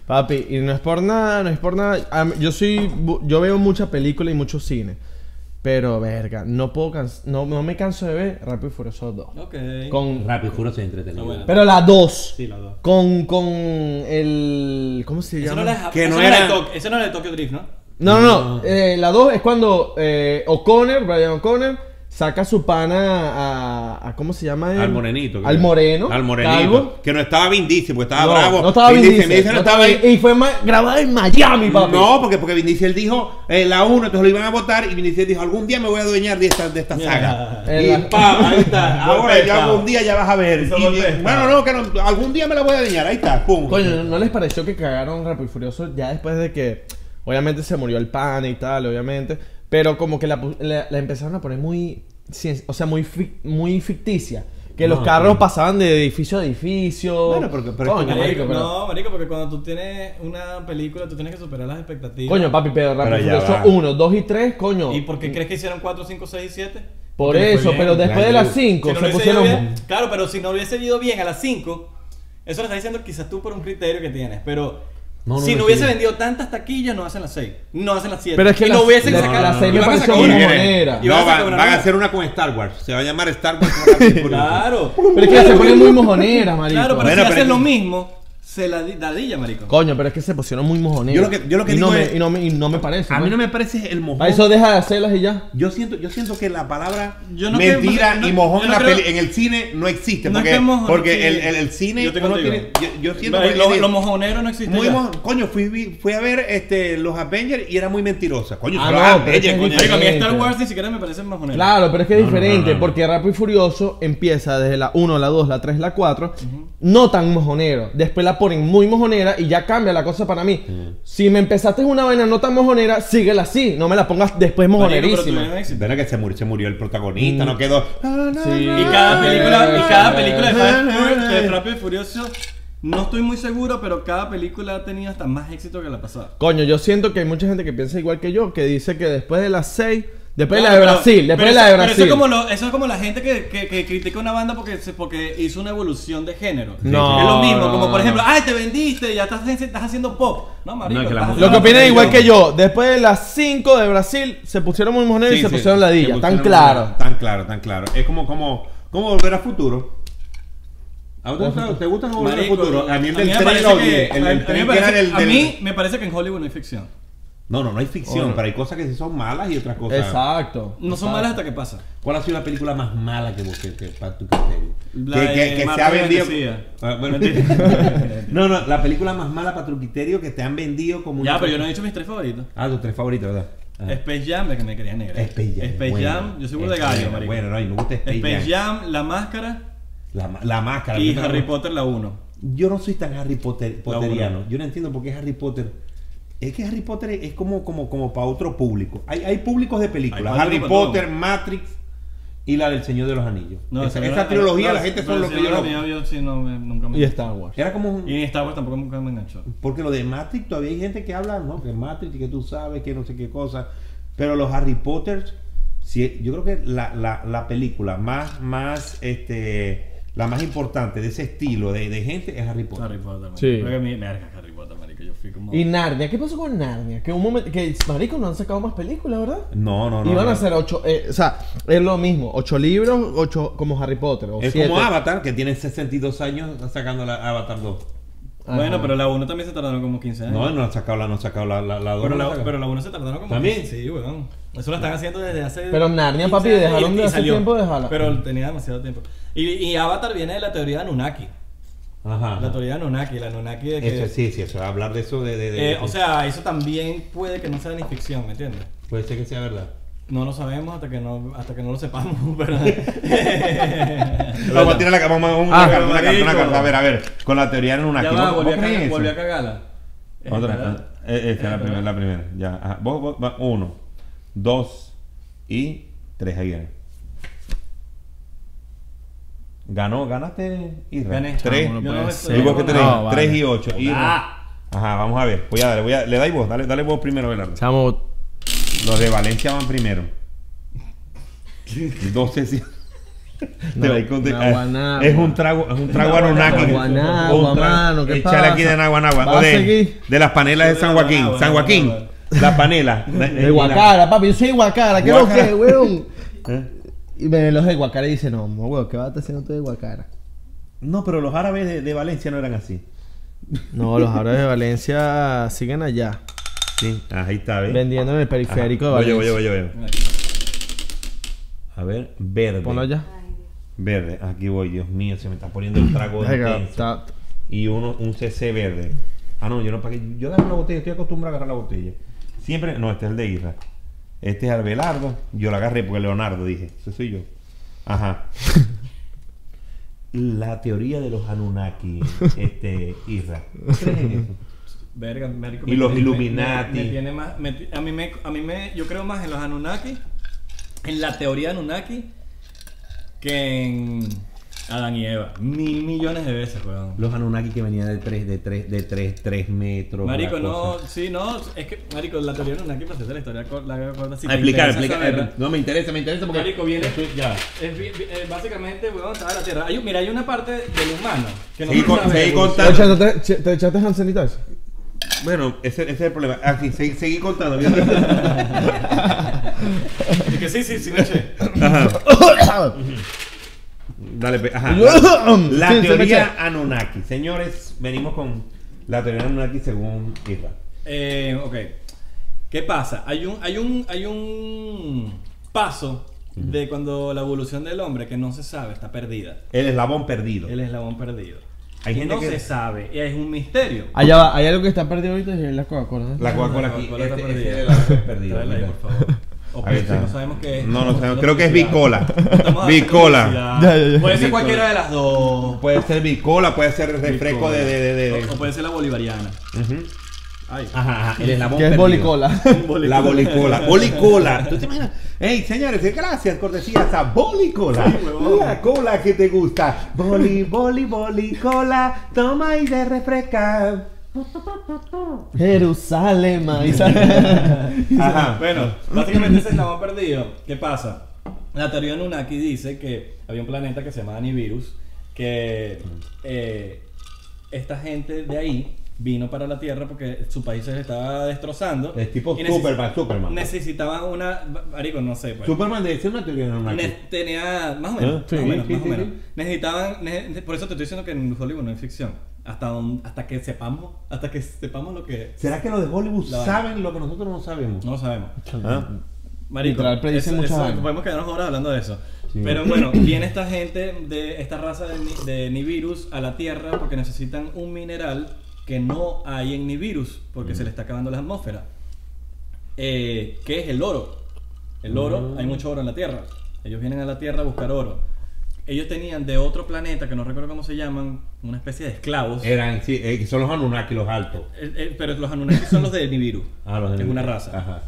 Papi, y no es por nada, no es por nada. Am- Yo soy, bu- yo veo mucha película y mucho cine. Pero, verga, no puedo cans- no, no me canso de ver Rápido y Furioso 2.
Ok.
Con,
Rápido, juro, se entretenido.
Está buena.
pero la 2.
Sí, las dos.
Con, con el... ¿Cómo se
Eso no
llama?
era,
Que
esa
no
no era
era-
de Tok- esa no era de Tokyo Drift, ¿no?
No, no, no. Eh, la 2 es cuando eh, O'Connor, Brian O'Connor, saca a su pana a, a- ¿Cómo se llama? él?
Al morenito. que-
Al moreno.
Al morenito.
calvo.
Que no estaba Vin Diesel, porque estaba
no,
bravo.
No estaba bien.
me dice, no estaba ahí.
Y fue ma- grabada en Miami, papi.
No, porque, porque Vin Diesel dijo eh, la 1, entonces lo iban a votar. Y Vin Diesel dijo: Algún día me voy a adueñar de esta, de esta
*laughs*
saga.
Eh,
Y
la-
pa, ahí
*laughs*
está.
Golpe
Ahora
de
ya
estado.
algún día ya vas a ver.
Hizo
Y-
golpe de
bueno, no, que no, algún día me la voy a adueñar. Ahí está, pum.
Coño, ¿no les pareció que cagaron Rápido y Furioso ya después de que obviamente se murió el pana y tal, obviamente, pero como que la, pu- la- la empezaron a poner muy cien- o sea, muy fic- muy ficticia, que los carros pasaban de edificio a edificio.
Bueno, porque- pero es
coño,
que-
marico,
Marico,
pero-
No, marico, porque cuando tú tienes una película, tú tienes que superar las expectativas.
Coño, papi, pero Rápido y
Pero ya
Furioso
va.
1, 2 y 3, coño.
¿Y por qué crees que hicieron 4, 5, 6 y 7?
Por eso, pero después de las 5
Si no
se
lo hubiese
pusieron
ido bien- claro, pero si no hubiese ido bien a las 5, eso lo está diciendo quizás tú por un criterio que tienes, pero
No, no,
si
no,
no hubiese
sí.
vendido tantas taquillas, no hacen las 6, no hacen las 7.
Pero es que
y
las-
no hubiesen
la-
sacado
las seis me
y van a
pareció
sacar
Y
una
una.
viene-
moneda.
Y van
No,
a sacar
van,
una
van a
nueva.
hacer una con Star Wars. Se va a llamar Star Wars. con
*laughs*
Rápido y Furioso.
Claro.
Pero es que ya se ponen muy mojoneras, marico.
Claro, pero
Bueno,
si
pero-
hacen lo mismo, se la di- dadilla, marico.
Coño, pero es que se pusieron muy mojoneras.
Yo lo que- yo lo que
y no
digo
me,
es-
y no me y no me parece.
A
¿no?
mí no me parece el mojón.
Para eso deja de hacerlas y ya.
Yo siento, yo siento que la palabra
Yo no
mentira
creo- no-
y mojón
yo
en,
no
la
creo-
peli- en el cine no existe.
No es
Porque,
que mojón,
porque
sí.
el, el, el cine.
Yo estoy
uno
contigo.
tiene- yo, yo siento
Vale,
que
los,
tiene-
los mojoneros no existen.
muy
ya.
mojón. Coño, fui, vi- fui a ver este, los Avengers y era muy mentirosa. Coño,
Ah,
son los
no, pero
Avengers,
es
coño.
Marico, a mí
Diferente.
Star Wars ni siquiera me parecen mojoneros.
Claro, pero es que es diferente, porque Rápido y Furioso empieza desde la 1, la 2, la 3, la 4, no tan mojonero. Después la ponen muy mojonera y ya cambia la cosa para mí. Si me empezaste una vaina no tan mojonera, síguela así, no me la pongas después
Marico, pero tuvieron
mojonerísima.
éxito.
Verá que se murió, se murió el protagonista,
Mm.
no quedó.
Sí.
Y cada película, y cada película de Fast and Furious- de Rápido y Furioso, no estoy muy seguro, pero cada película ha tenido hasta más éxito que la pasada.
Coño, yo siento que hay mucha gente que piensa igual que yo, que dice que después de las 6, después de la
Claro,
de
pero-
Brasil, después
pero
de la
eso-
de
pero
Brasil.
Eso es como, lo- eso es como la gente que, que, que critica una banda porque, se- porque hizo una evolución de género.
No,
Es lo mismo, como por
no,
ejemplo, ay, te vendiste, ya estás, estás haciendo pop. No, marico.
No, es que la
estás
Lo que
haciendo
opinan
pop.
igual que yo, después de las 5 de Brasil se pusieron muy mojoneros
Sí,
y se
sí,
pusieron
se
ladilla, tan
pusieron-
claro.
Tan claro, tan claro. Es como, como, como volver a futuro. ¿A vos te gusta, te gusta volver
Marico,
a futuro? A mí el
me
del tren
parece
lo
que-
odié. El
a- a
del
mí
tren
me
que era
parece-
del-
A
del-
mí me parece que en Hollywood no hay ficción.
No, no, no hay ficción,
Oh, no.
pero hay cosas que sí son malas y otras cosas.
Exacto.
No son malas hasta que pasa.
¿Cuál ha sido la película más mala que vos que, que para tu criterio?
La
Que, que,
de
que se
Marvel
ha vendido.
Bendecida.
Ah, bueno. *laughs* no, no, la película más mala para tu criterio que te han vendido como una-
Ya, pero yo no he dicho mis tres favoritos.
Ah, tus tres favoritos, ¿verdad? Ah.
Space Jam, la que me quería negra.
Space Jam. Eh.
Space
buena.
Jam, yo soy burda de
Space
gallo,
Jam,
marico.
Bueno, no, y me gusta Space,
Space
Jam.
Jam, La Máscara
La, ma- la máscara.
Y
Yo
Harry
no-
Potter la 1.
Yo no soy tan Harry Potter,
La
Potteriano.
uno.
Yo no entiendo por qué Harry Potter. Es que Harry Potter es como, como, como para otro público. Hay, hay públicos de películas.
Hay
Harry
público para
Potter, Matrix y la del Señor de los Anillos. esa, esa trilogía la gente son
son
lo que yo no-
Yo sí, no, me- nunca me
Y este Star Wars.
Era como un-
Y Star Wars tampoco nunca me enganchó.
Porque lo de Matrix todavía hay gente que habla, ¿no? Que Matrix, que tú sabes, que no sé qué cosa. Pero los Harry Potter, sí, yo creo que la, la- la película más, más, este, la más importante de ese estilo de, de gente es Harry Potter.
Harry Potter, marico.
Sí.
Creo que mi verga Harry Potter, marico. Yo fui como.
Y Narnia, ¿qué pasó con Narnia? Que un momento, que marico no han sacado más películas, ¿verdad?
No, no, no.
Iban
no.
a hacer ocho, eh, o sea, es lo mismo, ocho libros, ocho como Harry Potter. O
Es
siete.
como Avatar, que tiene 62 años sacando la Avatar 2.
Ajá.
Bueno, pero la 1 también se tardaron como 15 años.
No, no ha sacado la, no ha sacado la, la, la 2. no
pero,
ha
¿Eh? la,
sacado.
pero la 1 se tardaron como
¿También?
15. Sí, weón. Eso lo están haciendo desde hace.
Pero Narnia,
15
papi,
años
dejaron de hacer tiempo de
*laughs*
dejarla.
Pero tenía demasiado tiempo. Y, y Avatar viene de la teoría de Anunnaki.
Ajá.
La teoría de Anunnaki, la Anunnaki de que.
Eso, sí, sí, eso. Hablar de eso de. de- de-
Eh, o sea, eso también puede que no sea ni ficción, ¿me entiendes?
Puede ser que sea verdad.
No lo sabemos hasta que no, hasta que no lo sepamos, *laughs* pero.
Vamos a tirar la vamos a- vamos a-
Ah,
una carta, una carta, una
marico.
carta. A ver, a ver. Con la teoría en una.
ya
¿Vos-
va,
vos
volví a,
crees
cagar,
eso?
volví a cagarla. Es verdad.
Otra. eh, eh, Esta es la
Es
primera,
verdad.
la primera. Ya. ajá. Vos- vos- va, uno, dos y tres. Ahí viene. Ganó, ganaste Israel.
Gané.
Tres.
Vámonos,
no
pues.
¿Y vos qué tenés?
No, vale.
Tres y ocho. Irra.
Ah.
Ajá, vamos a ver. Voy a darle, voy a, le dais vos, dale, dale vos primero, Belardo.
Chamo,
Los de Valencia van primero. 12 sí. Te voy con-
una guanábana.
es un trago, es un trago anunnaki.
guanábana,
Un trago-
mano, ¿qué
Echale aquí
pasa?
de Naguanagua.
Va
O
a
de,
seguir.
de las panelas de
De
San Joaquín.
Naguanagua,
San Joaquín.
Naguanagua.
Las panelas. Eh,
de Guacara, papi, yo soy de Guacara, ¿qué lo
Guacara.
que, weón?
¿Eh?
Y me los de Guacara y dicen, no, mo, weón, ¿qué vas a estar haciendo tú de Guacara?
No, pero los árabes de, de Valencia no eran así.
No, los árabes de Valencia siguen allá,
Sí. Ah, ahí está, ¿ves?
vendiendo en el
Ajá.
periférico de
Oye,
Valencia.
oye, oye, oye. A ver, verde.
Ponlo allá.
Verde. Aquí voy, Dios mío, se me está poniendo el trago
Venga,
intenso.
está-
y uno, un CC verde. Ah, no, yo no pagué. Yo agarro la botella, estoy acostumbrado a agarrar la botella. Siempre, no, este es el de Isra. Este es Albelardo. Yo la agarré porque Leonardo dije. Ese soy yo. Ajá. *laughs* la teoría de los *laughs* Anunnaki, este, Isra. ¿Qué crees en eso?
Verga, marico,
Y
me
los
tiene-
Illuminati.
Me, me tiene más, me ti- a, mí me, a mí me. Yo creo más en los Anunnaki, en la teoría de Anunnaki, que en Adán y Eva. Mil millones de veces, weón.
Los Anunnaki que venían de 3, de 3, de 3, 3 metros.
Marico,
una
no,
cosa.
sí, no, es que, Marico, la teoría de Anunnaki para hacer la historia cor- la corta. Si
Ah,
te
explicar,
interesa
explicar.
saberla.
eh, No me interesa, me interesa porque.
Marico, viene-
Estoy- Ya.
Es bi- bi- eh, básicamente, weón, estaba en la tierra. Hay un- mira, hay una parte del humano que no
Seguí con- seguí contando.
Oye, ¿te- te- ¿Te echaste Hansen y Tash?
Bueno, ese, ese es el problema. Aquí, seguí, seguí contando. mira. *laughs*
Es que sí, sí, sí, me eché.
Dale, pe- ajá.
Yo- *coughs*
La,
Sí, se me
teoría
echa.
Anunnaki. Señores, venimos con la teoría Anunnaki según Isra.
Eh, ok. ¿Qué pasa? Hay un, hay un, hay un paso de cuando la evolución del hombre que no se sabe, está perdida.
El eslabón perdido.
El eslabón perdido.
Hay gente
no
que-
se sabe, y es un misterio.
Allá va, hay algo que está perdido ahorita y es la Coca-Cola. ¿eh?
La Coca-Cola
La
aquí.
Coca-Cola
este-
está
este
perdida.
es el eslabón perdido.
Tráela ahí,
mira.
por favor. O
Ahí
Pepsi,
está.
no sabemos qué es.
No, no sabemos.
No
Creo que es
publicidad.
bicola.
*laughs* Estamos haciendo
Bicola.
publicidad.
Ya, ya, ya.
Puede ser
Bicola.
cualquiera de las dos.
Puede ser bicola, puede ser refresco de. de, de, de- de-
O, o puede ser la bolivariana.
Ujú.
Ay.
Ajá, ajá, el eslabón
Que es
perdido.
bolicola.
La bolicola. Bolicola. ¿Tú te imaginas? Ey, señores, gracias, cortesías a Bolicola.
huevón.
la cola que te gusta. Boli, boli, bolicola. Toma y de refresca.
Jerusalén, maíz.
Ajá.
Bueno, básicamente ese eslabón perdido. ¿Qué pasa? La teoría de Anunnaki dice que había un planeta que se llamaba Nibiru, que eh, esta gente de ahí vino para la Tierra porque su país se les estaba destrozando.
Es tipo
Y necesi-
Superman, Superman. pues.
Necesitaban una... Marico, no sé. pues.
Superman debe ser una teoría normal.
Ne- tenía más o menos,
Ah, sí,
más o menos,
sí,
más o
sí,
menos.
sí.
Necesitaban, ne- por eso te estoy diciendo que en Hollywood no es ficción. Hasta, don- hasta que sepamos, hasta que sepamos lo que
¿Será que los de Hollywood
La vaina.
saben lo que nosotros no sabemos?
no lo sabemos.
¿Ah?
Marico,
Literal, predicen
eso-
muchas
eso-
vainas.
podemos quedarnos horas hablando de eso.
Sí.
Pero bueno, viene esta gente de esta raza de, Ni- de Nibiru a la Tierra porque necesitan un mineral que no hay en Nibiru porque
Mm.
se le
*laughs*
está acabando la atmósfera. Eh,
Mm.
que es el oro. El oro, hay mucho oro en la Tierra. Ellos vienen a la Tierra a buscar oro.
ellos tenían de otro planeta, que no recuerdo cómo se llaman, una especie de esclavos.
Eran, sí, eh, que son los Anunnaki, los altos.
El- el- pero los Anunnaki son los de Nibiru.
Ah, los
que es
Anunnaki.
una raza.
Ajá.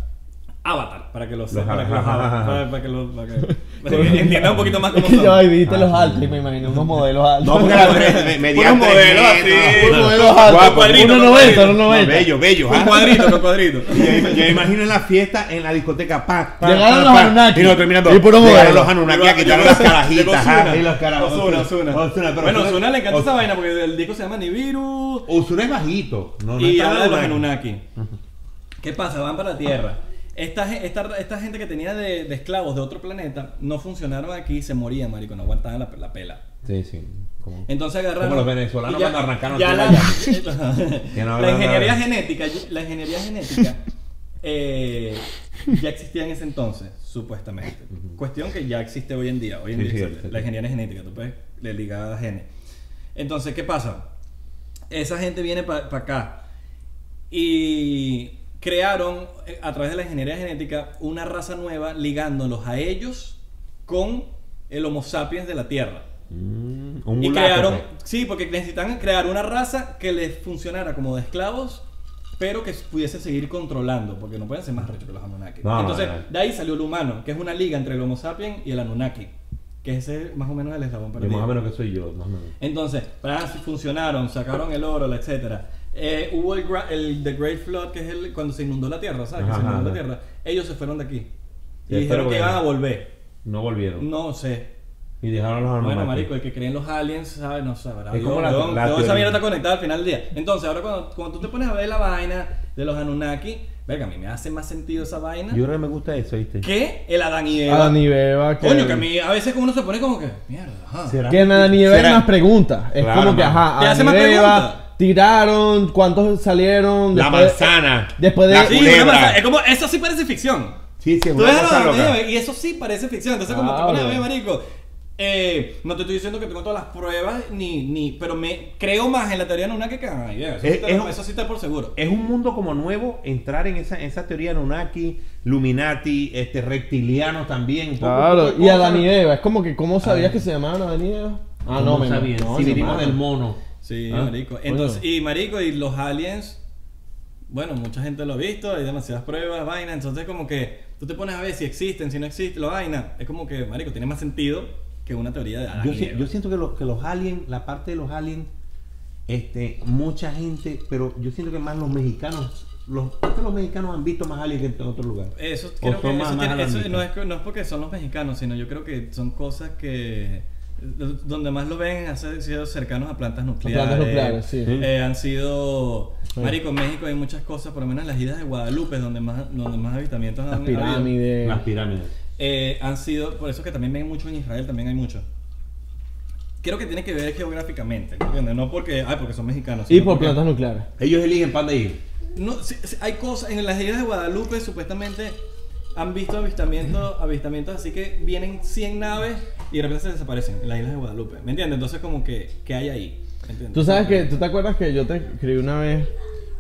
Avatar, para que lo
Los
sepan. Para, que los
ajá,
avatar-
ajá,
para- para que lo- para que- para
*laughs*
que entiendan un poquito más
Es
cómo
que
son.
yo ahí viste los altos, y me imagino, unos modelos altos.
No, porque era tres- me- medían
Puros
tres
modelos así.
metros.
Unos modelos
Guapo,
altos.
cuadrito,
Unos 90, unos
No,
90.
bello, bello.
Con
¿ah?
cuadritos, con
*laughs*
cuadritos.
Y Yo yo me imagino en la fiesta, en la discoteca, pa, pa,
Llegaron
pa,
los
pa,
Anunnaki.
Y no terminando.
Y puro
Llegaron
modelo.
los Anunnaki a
Llegó-
quitar
llegó
las
Ozuna,
carajitas.
llegó
ah,
Ozuna.
Y los cara-
Ozuna, Ozuna.
Ozuna, pero
Bueno, Ozuna le encanta
Ozuna-
esa vaina porque el disco se llama Nibiru.
Ozuna es bajito. No, no
y
está
habla de los
mal.
Anunnaki. ¿Qué pasa? Van para la Tierra. Esta, ge- esta, esta gente que tenía de, de esclavos de otro planeta no funcionaron aquí y se morían, marico. No aguantaban la, la pela.
Sí, sí. como-
Entonces agarraron.
Como los venezolanos
y ya-
cuando arrancaron
ya
el
*laughs* la,
*laughs* Que no
la
hablan
ingeniería
nada.
genética, la ingeniería genética eh, ya existía en ese entonces, supuestamente. Cuestión que ya existe hoy en día. Hoy en
Sí,
día
sí,
existe
sí, sí.
la ingeniería genética, tú puedes le ligar a genes. Entonces, ¿qué pasa? Esa gente viene para acá y crearon eh, a través de la ingeniería genética una raza nueva ligándolos a ellos con el Homo sapiens de la Tierra.
Mm, un
Y
mulato,
crearon,
pues.
sí, porque necesitan crear una raza que les funcionara como de esclavos, pero que pudiesen seguir controlando, porque no pueden ser más rechos que los Anunnaki.
No, no,
Entonces,
no.
de ahí salió el humano, que es una liga entre el Homo sapiens y el Anunnaki, que ese es más o menos el eslabón
Yo más o
perdido.
menos que soy yo, más o menos.
Entonces, para funcionaron, sacaron el oro, la etcétera. Eh, hubo el, gra- el The Great Flood, que es el, cuando se inundó la tierra, ¿sabes? Que
Ajá,
se inundó la
ajá.
tierra. Ellos se fueron de aquí. Y,
Y espero
dijeron que
que-
iban a volver.
No volvieron.
No sé.
Y dejaron los
Mm. Bueno,
Anunnaki.
marico, el que cree en los aliens, sabe, no sabrá.
pues. Es
Dios,
como la-
weón,
la
toda esa
teoría.
mierda está conectada al final del día. Entonces, ahora cuando, cuando tú te pones a ver la vaina de los Anunnaki, verga, a mí me hace más sentido esa vaina
Yo creo que me gusta eso, ¿viste?
que el Adán y Eva.
Adán y Beba.
Coño, que a mí a veces uno se pone como que, mierda, ajá.
¿Será?
Que en Adán y Beba hay
¿Será?
más preguntas. Es
Claro,
como que,
mano.
ajá,
Te hace
Adán y
más
Beba
preguntas.
tiraron, cuántos salieron.
La
Después-
manzana.
después de-
La
Sí, una
culebra.
manzana. es como, eso sí parece ficción.
Sí, sí, es
Tú
una
ves a los
cosa
Adán y
loca.
Eva y eso sí parece ficción. Entonces, como te
Claro.
pones a ver, marico, eh, no te estoy diciendo que tengo todas las pruebas, ni, ni, pero me creo más en la teoría Anunnaki que en Adán y Eva. Eso, sí
Es-
te-
es un-
eso sí está por seguro.
Es un mundo como nuevo entrar en esa, esa teoría Anunnaki, Luminati, este, reptilianos también. un poco- un
Claro,
poco de
y
cosas.
Adán y Eva. Es como que, ¿cómo sabías que se llamaban Adán y Eva? Ah, no,
¿Cómo
me
sabías?
no,
Sí,
ni
vinimos
madre.
del
mono.
Sí,
Ah,
marico.
coño.
Entonces, y marico, y los aliens, bueno, mucha gente lo ha visto, hay demasiadas pruebas, vaina, entonces como que tú te pones a ver si existen, si no existen, la vaina, es como que, marico, tiene más sentido que una teoría de Adán
Yo,
y
si-
Eva.
yo siento que los, que los aliens, la parte de los aliens, este, mucha gente, pero yo siento que más los mexicanos, los, creo que los mexicanos han visto más aliens que en otro lugar.
Eso,
O
creo que
son más-
eso
más
tiene- eso
alarmistas.
no, es, que- no es porque son los mexicanos, sino yo creo que son cosas que eh, donde más lo ven han sido cercanos a plantas nucleares.
plantas nucleares, sí.
Eh, han sido. Marico, en México hay muchas cosas, por lo menos en las islas de Guadalupe, es donde más, donde más avistamientos han
Las
habido.
pirámides.
Las pirámides.
Eh, han sido, por eso que también ven mucho en Israel, también hay mucho. Creo que tiene que ver geográficamente, ¿me ¿entiendes? No porque, ay, porque son mexicanos.
Y
sino
por
porque-
plantas nucleares.
Ellos eligen pan de ir.
No, sí, sí, hay cosas, en las islas de Guadalupe supuestamente han visto avistamientos, avistamientos, así que vienen 100 naves y de repente se desaparecen en las islas de Guadalupe, ¿me entiendes? Entonces como que, ¿qué hay ahí? ¿Me entiendes?
Tú sabes que, ¿tú te acuerdas que yo te escribí una vez?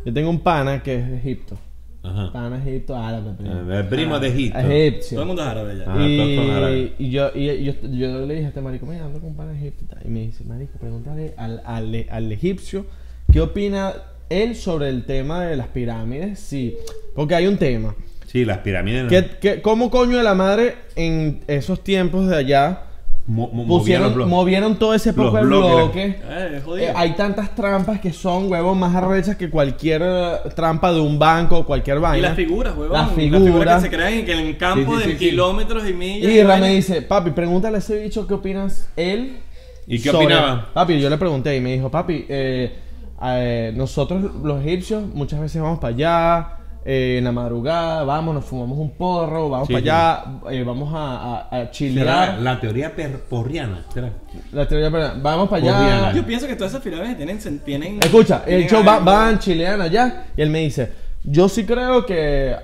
Yo tengo un pana que es de Egipto.
Ajá.
Pana egipto, árabe, primo.
Eh, El primo de Ah. Egipto.
Todo el
Egipcio.
mundo es árabe ya.
Ah. todos son árabes.
Ah, Y, y yo, y, yo, yo le dije a este marico, mira, ando con un pana egipcio y tal. Y me dice, marico, pregúntale al, al, al egipcio qué opina él sobre el tema de las pirámides. Sí, porque hay un tema.
Sí, las pirámides.
¿Qué, qué, cómo coño de la madre en esos tiempos de allá
mo- mo-
pusieron,
movieron los-
movieron, todo ese
los
poco de
bloques, la-
bloques?
Eh, jodido.
Eh, hay tantas trampas que son, huevos, más arrechas que cualquier eh, trampa de un banco o cualquier
y
vaina.
las figuras, huevón.
Las
que
figuras.
se crean y que en el campo
Sí, sí,
de
sí, sí.
kilómetros y millas.
Y Ra
vainas.
me dice, papi, pregúntale a ese bicho qué opinas él.
¿Y qué
sobre-".
opinaba?
Papi, yo le pregunté y me dijo, papi, eh, eh, nosotros los egipcios muchas veces vamos para allá, eh, en la madrugada, vamos, nos fumamos un porro, vamos
Sí,
para
sí.
allá, eh, vamos a, a, a
¿Será
chilear.
la teoría per- porriana. ¿Será?
La teoría, perdón, vamos para allá.
Gordiana.
Yo pienso que todas esas pirámides tienen... sen- tienen
Escucha, el
tienen
show va,
algo.
van, chilean allá. Y él me dice: Yo sí creo que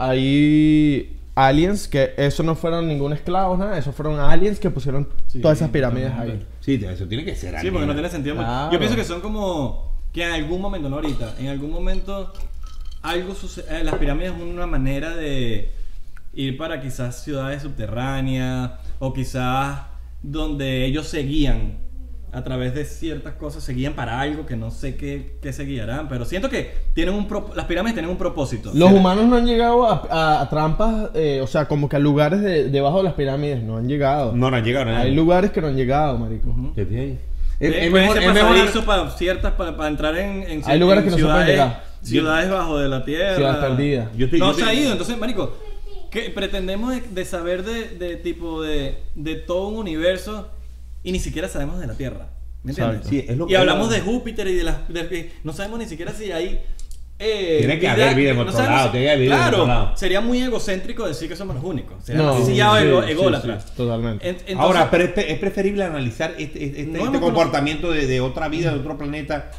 hay aliens, que eso no fueron ningún esclavo, nada. Eso fueron aliens que pusieron todas esas pirámides ahí.
Sí, eso tiene que ser
Sí, porque no tiene sentido. porque-
Claro.
Yo pienso que son como que en algún momento, no ahorita, en algún momento algo sucede. las pirámides son una manera de ir para quizás ciudades subterráneas o quizás
donde ellos seguían a través de ciertas cosas, seguían para algo que no sé qué, qué se guiarán, pero siento que tienen un pro- las pirámides tienen un propósito.
Los
Sí.
humanos no han llegado a, a- a trampas, eh, o sea, como que a lugares de- debajo de las pirámides. No han llegado.
No, no han llegado. no han
Hay
llegado.
lugares que no han llegado, marico.
¿Qué tiene?
Es, mejor, para ciertas para, para entrar en, en
Hay
cier-
lugares
en
que no se pueden
ciudades-
llegar.
Ciudades bajo de la tierra.
Ciudades perdidas.
Yo estoy-
no
yo
se ha
estoy-
ido, entonces, marico, ¿qué pretendemos de, de saber de, de tipo de, de todo un universo y ni siquiera sabemos de la tierra? ¿Me entiendes?
Exacto. Sí, es lo
y
que-
hablamos de Júpiter y de las de- no sabemos ni siquiera si hay eh,
Tiene que haber vida en otro
sabemos
lado, tiene que haber vida en
claro,
otro lado.
sería muy egocéntrico decir que somos los únicos. Sería
No,
demasiado
sí,
ego-
sí,
ególatra.
sí, totalmente.
En- entonces-
Ahora, pero es, pre- es preferible analizar este, este-
No
este
hemos
comportamiento de, de otra vida, de otro planeta,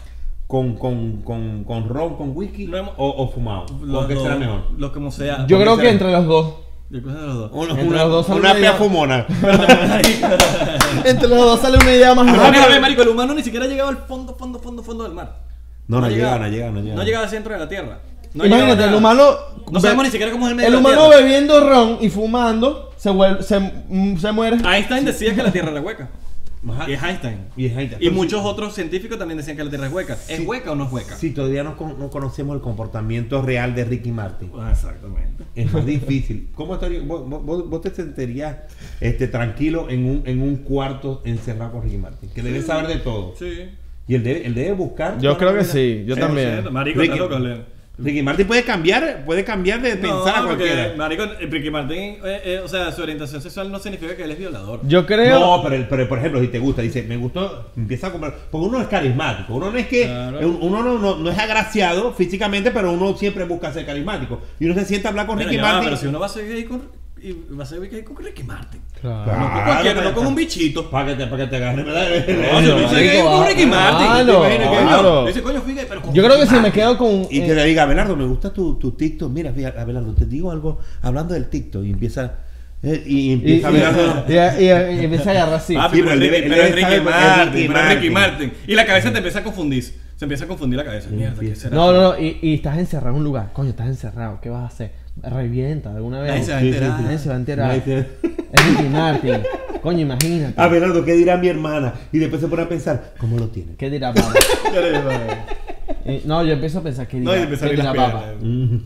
con, con, con, con ron, con whisky
No hemos-
o, o fumado.
lo,
¿O qué
lo-
será mejor?
Lo como sea.
Yo creo
Porque
que
sea-
entre los dos.
Yo creo que de los dos.
Una,
Entre
una,
los dos son
una pea
una idea.
*laughs*
fumona.
entre los dos sale una idea más
No, mira, ve,
rápida.
marico, el humano ni siquiera ha llegado al fondo, fondo, fondo, fondo del mar.
No, no ha llegado,
llegado.
no ha llegado, no ha llegado.
No ha llegado al centro de la Tierra. No ha llegado
Imagínate,
a
el
nada.
humano.
No sabemos ni siquiera cómo es el medio
El
de la
humano
Tierra.
bebiendo ron y fumando se, vuelve, se, mm, se muere.
Einstein decía que la Tierra era hueca. Y es Einstein.
Y es Einstein.
Y
Pero
muchos otros científicos también decían que la Tierra es hueca. ¿Es hueca o no es hueca?
Si todavía no, con- no conocemos el comportamiento real de Ricky Martin.
Ah, Exactamente.
Es más difícil. ¿Cómo estaría, vos, vos- vos te sentirías este, tranquilo en un, en un cuarto encerrado con Ricky Martin? Que debe saber de todo.
Sí.
Y él debe, él debe buscar.
Yo
toda
creo
la
que
vida.
sí, yo
Sí, sí,
también.
Marico,
Ricky-
está loco, Leo.
Ricky Martin puede cambiar, puede cambiar de pensar a
No, porque,
cualquiera.
marico, el Ricky Martin, eh, eh, o sea, su orientación sexual no significa que él es violador.
Yo creo.
No, pero, el- pero, por ejemplo, si te gusta, dice, me gustó, empieza a comprar. Porque uno es carismático, uno no es que.
Claro.
Uno no, no, no es agraciado físicamente, pero uno siempre busca ser carismático. Y uno se sienta a hablar con
Mira,
Ricky
ya va,
Martin.
pero si uno va a seguir ahí con, y va a seguir ahí con Ricky Martin.
Claro.
Claro,
No con cualquiera,
pero-
no con un bichito.
Para que te, para que te agarre, ¿verdad?
Coño,
marico,
dice que es un Ricky Martin.
claro,
¿Te imaginas que-
claro.
Dice, coño, fíjate, pero con
Yo creo que
Ricky
si me
Martin.
quedo con.
Y que
eh,
le diga, Abelardo, me gusta tu, tu TikTok. Mira, fíjate, Abelardo, te digo algo hablando del TikTok. Y empieza. eh, y
y, y,
empieza Abelardo.
*laughs*
*laughs*
y- y- y empieza a agarrar así.
Ah,
Sí,
pero,
pero
es
él
Ricky-
debe-
pero
él
es Ricky
sabe-
Martin,
es Ricky
pero es Ricky
Martin.
Martin. Y la cabeza te empieza a confundir. Se empieza a confundir la cabeza. Mierda, ¿qué será? *laughs*
No, no, no, y, y estás encerrado en un lugar. Coño, estás encerrado. ¿Qué vas a hacer? Revienta de alguna vez.
Nadie se va a enterar.
Nadie se va a enterar.
Nadie se-
Es Ricky Martin. Coño, imagínate.
Abelardo, ¿qué dirá mi hermana? Y después se pone a pensar, ¿cómo lo tiene?
¿Qué dirá papá? Y- no, yo empiezo a pensar, ¿qué dirá,
No, y le empieza a
¿Qué
abrir
dirá
las
papá?
piernas.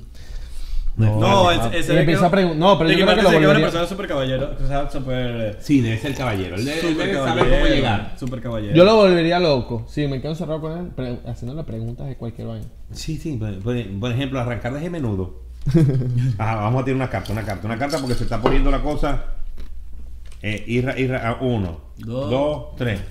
No,
No, es,
papá.
es-
Y le Ah, eh, empieza a pregun- no, pero
Ricky
yo creo que
Martin
lo
se llama una
volvería-
persona súper caballero. O sea, súper.
Sí, debe ser caballero. Él debe, él
Súper
debe saber
caballero.
cómo llegar.
Súper caballero.
Yo lo volvería loco. Sí, me quedo encerrado con él pre- haciéndole preguntas de cualquier baño.
Sí, sí. Por, por- por ejemplo, arrancar de
*laughs*
menudo. Ajá, vamos a tirar una carta, una carta, una carta porque se está poniendo la cosa. Eh, Isra, Isra, a uno, dos.
Dos.
tres.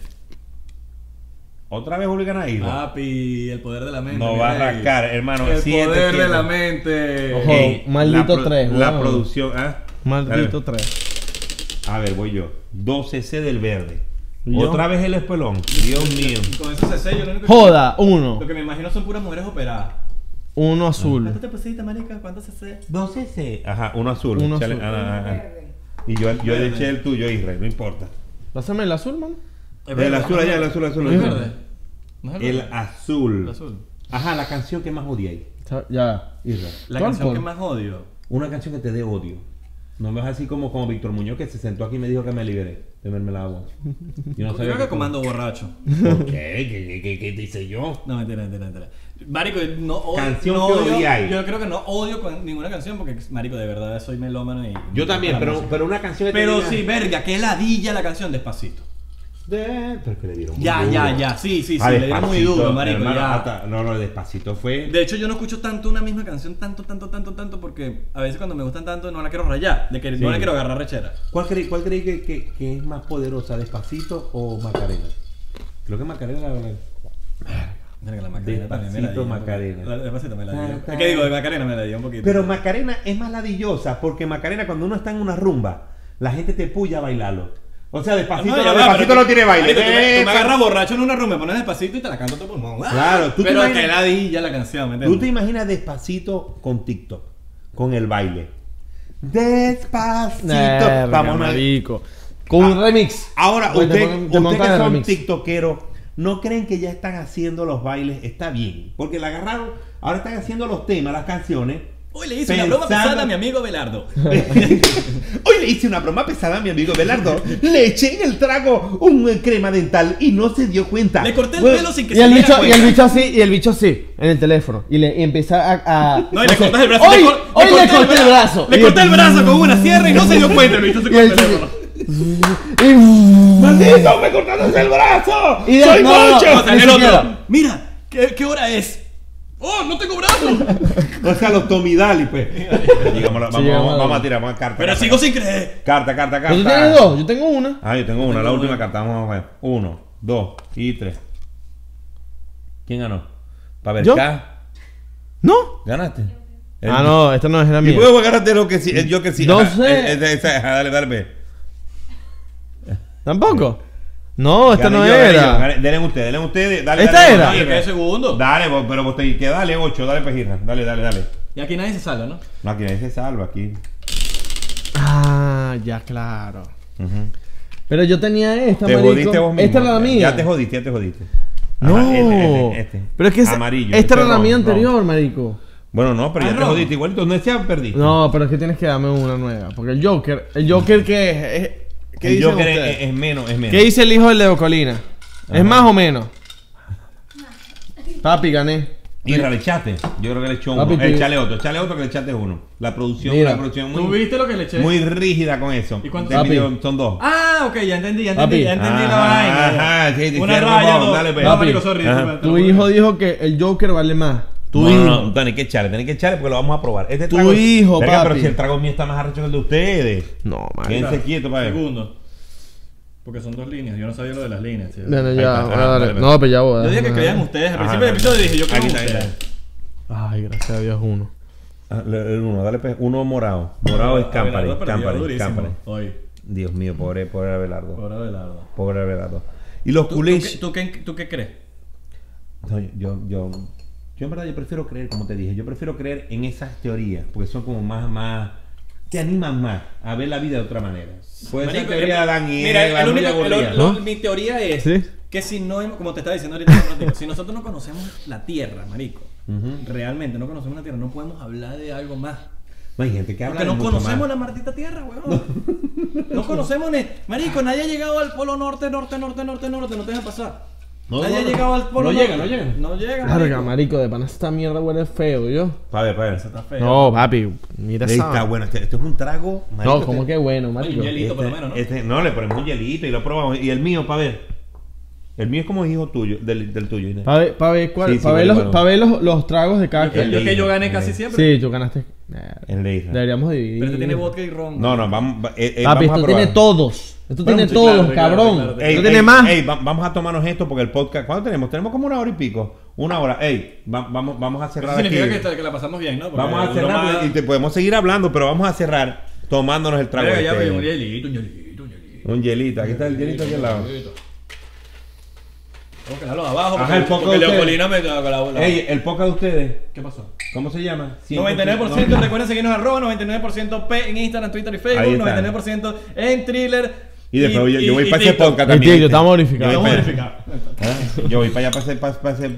Otra vez obligan a Isra.
Papi, el poder de la mente.
no
mira
va a
ahí.
arrancar, hermano.
Ah, El
siete,
poder de
siete.
la mente.
Ojo,
Ey,
maldito
la pro-
tres,
La
weón.
producción, ¿ah?
Maldito
Dale.
tres.
A ver, voy yo. 12C del verde.
Yo.
Otra vez el espelón. Dios mío.
Con eso se sello, lo único que-
Joda, uno.
Lo que me imagino son puras mujeres operadas.
Uno azul.
te pusiste, marica? ¿Cuánto se hace?
12C. Ajá, uno azul.
Uno
Chale-
azul.
ah, ah, ah. Y yo, yo le eché el tuyo, Israel, no importa.
Pásame el azul, mano.
El azul allá, el azul, el azul. El azul.
verde? ¿No es
El
verde?
azul.
El azul.
Ajá, la canción que más odiáis,
Está- Ya.
Israel.
La
Torpor.
canción que más odio.
Una canción que te dé odio. No me vas así como, como Víctor Muñoz que se sentó aquí y me dijo que me liberé de mermelada agua. Yo no
Yo
sabía
creo que comando borracho.
¿Por qué? ¿Qué, qué, qué- qué te hice yo?
No, mentira, mentira, mentira. Marico, no odio.
Canción
no
que
odio-
odiáis.
Yo creo que no odio con ninguna canción porque, marico, de verdad soy melómano y.
Yo también,
la
pero,
música.
pero una canción que te
Pero
diga-
sí, verga, qué ladilla la canción despacito.
De- Pero que le dieron muy
Ya,
duro.
ya, ya. Sí, sí, sí.
Ah,
le dieron muy
Despacito,
duro, marico.
hermano,
ya.
hasta- no, no, despacito fue.
De hecho, yo no escucho tanto una misma canción, tanto, tanto, tanto, tanto, porque a veces cuando me gustan tanto no la quiero rayar, de que
Sí.
no la quiero agarrar rechera.
¿Cuál creéis cuál creí que, que- que es más poderosa, despacito o Macarena? Creo que Macarena la verdad.
Verga, la Macarena también me la
Despacito,
dio.
Macarena.
La- Despacito me la
Ta,
dio.
ta.
Es que digo, de Macarena me la dio un poquito.
Pero Macarena es más ladillosa, porque Macarena cuando uno está en una rumba, la gente te puya a bailarlo. O sea, despacito
No,
no,
ya va,
despacito
pero
no
tú-
tiene baile. Eh,
marico, tú me- Tú me
Epa.
agarras borracho en una rumba, me pones despacito y te la canto a tu pulmón. ¡Ah!
Claro, tú te
Pero
imaginas-
que ladilla la canción, ¿me
Tú te
entiendes?
imaginas despacito con TikTok, con el baile. Despacito.
Verga,
Vamos, a-
marico. Con
Ah,
un remix.
Ahora,
Pues te
usted,
pon- te
usted
montan
que
el
son
remix.
tiktokeros, ¿no creen que ya están haciendo los bailes? Está bien, porque la agarraron, ahora están haciendo los temas, las canciones,
Hoy le hice una broma
Pensando-
pesada a mi amigo Belardo.
Hoy le hice una broma pesada a mi amigo Belardo. Le eché en el trago un eh, crema dental y no se dio cuenta.
Le corté el
Bueno,
pelo sin que
Y
se
el,
diera
bicho, y
cuenta.
el bicho así, y el bicho así, en el teléfono. Y, le, y empieza a, a-
*laughs* No, y le
sé,
cortas el brazo.
Hoy,
le, cor-
hoy le corté el brazo.
Le
Y-
corté el brazo con una sierra y no se dio cuenta. Luis, entonces
Y el
corté el
chico-
brazo.
y-
¡Maldito, me cortaste el brazo!
Y de-
¡Soy
no, no,
mucho!
no,
O sea,
Ni
el otro.
siquiera.
Mira, ¿qué, qué hora es? ¡Oh, no tengo brazo!
O sea, los tomidali, pues. Digámoslo, vamos,
llegamos
vamos-
a-
vamos a tirar, vamos a carta.
Pero
carta,
sigo sin creer.
Carta, carta, carta.
Pero tú tienes dos, yo tengo una.
Ah, yo tengo una, la
Tengo
última
una.
carta. Vamos a ver. Uno, dos y tres. ¿Quién ganó? Para ver,
¿Yo?
K.
¿No?
¿Ganaste?
Ah, no, esta no es la
Y
mía.
puedo ganarte lo que sí. El yo que sí.
No
Ajá,
sé.
eh, eh, eh, ajá, dale, dale. ve.
¿Tampoco? No, esta
Gané
no
yo, gané yo,
era.
gané- Denle ustedes, denle ustedes. Dale,
¿Esta
dale,
era?
dale,
Oye,
dale.
quedé segundo.
Dale, vos, pero vos te que dale 8, dale pejirna. Dale, dale, dale.
Y aquí nadie se salva, ¿no?
No, aquí nadie se salva, aquí.
Ah, ya claro.
Ujú.
Pero yo tenía esta,
Te
marico.
jodiste vos mismo.
Esta era la mía.
Ya te jodiste, ya te jodiste.
No.
Ajá, este, este, este.
Pero es que esa-
Amarillo,
esta
este
era la
rojo,
mía
rojo.
anterior, marico.
Bueno, no, pero
Ah,
ya te
rojo.
jodiste igualito. No sea perdiste.
No, pero es que tienes que darme una nueva. Porque el Joker, el Joker que es. es- ¿Qué
El
dicen
Joker
ustedes?
es, es menos, es menos.
¿Qué dice el hijo de Leo Colina? ¿Es más o menos? Papi, gané.
Y la le echaste. Yo creo que le echó uno.
Papi, tú-
Échale otro, échale otro que le echaste uno. La producción,
Mira.
la producción
¿Tú
muy,
viste lo que le eché?
muy rígida con eso.
¿Y cuánto-
Te
Papi.
pidió- son dos.
Ah, ok, ya entendí, ya entendí,
Papi.
ya entendí la
Ajá,
vaina. ya.
Ah, ajá, sí, sí,
Una
sí,
raya,
vamos,
dos.
dale, pues.
no, marico, sorry.
Ajá.
disculpa, te lo
Tu
juro.
hijo dijo que el Joker vale más. Tu
no,
hijo.
no, no, tenés que echarle, tenés que echarle porque lo vamos a probar. Este
Tu
trago-
hijo,
Verga,
papi.
Pero si el trago mío está más arrecho que el de ustedes.
No, man.
Quédense quietos para ver.
Segundo. Porque son dos líneas, yo no sabía lo de las líneas. tío.
Bueno,
Ahí está,
ya, ahora
ah,
dale.
dale, pues.
No, pero ya voy.
Yo dije que
Ajá.
creían ustedes. Al
Ajá,
principio del
dale.
episodio dije, yo creo
Aquí
en
está,
ustedes.
ahí está.
Ay, gracias a Dios, uno.
Ah, El el uno, dale pues. Uno morado. Morado es Campari.
Ah, Abelardo perdió
Campari,
durísimo
Campari.
Hoy,
Dios mío, pobre, pobre Abelardo.
por Abelardo.
Pobre Abelardo. Y los
¿Tú, tú, qué-
culiches.
tú, qué, ¿Tú qué crees?
No, yo, yo, yo, yo en verdad yo prefiero creer, como te dije, yo prefiero creer en esas teorías, porque son como más, más, te animan más a ver la vida de otra manera. Puede ser
Marico,
teoría de
eh,
Adán y
mira,
Eva,
el
es muy
único- el-
aburrida.
lo-
¿No?
Mi teoría es
Sí.
que si no, hemos- como te estaba diciendo ahorita, hace un ratito, si nosotros no conocemos la Tierra, marico, realmente no conocemos la Tierra, no podemos hablar de algo más.
No, hay gente que habla
Porque
de
no
mucho
conocemos
más.
la martita Tierra, weón. *laughs* No conocemos ni... Marico, nadie ha llegado al polo norte, norte, norte, norte, norte, no te dejan pasar.
No,
nadie
no,
ha
no.
llegado al polo
No
norte.
llega, no llega.
No llega,
Carga,
marico.
marico, de pana esta mierda huele feo, yo.
Pa' ver, pa' ver.
Está feo.
No, papi, mira
Ey, Está
esa.
bueno, este, esto es un trago. marico,
No, como
este-
que bueno,
Oye,
marico.
un hielito, por lo
este-
menos, ¿no?
este- no, le ponemos un hielito y lo probamos. Y el mío, pa' ver. El mío es como hijo tuyo, del, del tuyo. Inés.
Para ver, pa ver, cuál-
Sí, sí,
pa ver
huele
los,
bueno.
pa ver los, los tragos de cada
Yo que-
quien.
Yo que yo gané casi
Sí.
siempre.
Sí, tú ganaste. Nah,
El de Isra.
Deberíamos dividir.
Pero este tiene vodka y ron.
No, no, vamos, va- eh, eh,
Papi,
vamos a
esto tiene
probar.
todos. Esto
Vamos,
tiene
sí,
todos,
claro, claro,
cabrón.
claro, claro.
Ey,
Esto
ey,
tiene más.
ey, va- vamos a tomarnos esto porque el podcast. ¿Cuánto tenemos? Tenemos como una hora y pico. Una hora. Ey, va- vamos, vamos a
Eso
cerrar aquí.
significa que, está- que la pasamos bien, ¿no? Porque
Vamos a
uno
cerrar
más-
y te podemos seguir hablando, pero vamos a cerrar tomándonos el trago.
Verga, ya,
este.
pero un hielito, un hielito, un hielito.
un hielito. Aquí está el hielito aquí al lado.
Un hielito. Vamos a quedarlo abajo.
Ajá,
porque-
el foco
Porque
de
Leo
ustedes.
Colina me la- la la-
Ey, el podcast de ustedes.
¿Qué pasó?
¿Cómo se llama?
99%,
No.
recuerden seguirnos arroba 99% P en Instagram, Twitter y
Ahí
Facebook,
está.
99% en Thriller.
Y después yo, yo voy
y
para ese
TikTok.
podcast
Y
también.
tío, yo
¿viste?
estaba bonificado.
Yo voy para-
Verificado.
Ah, Yo voy para allá para ese. Para, para ese...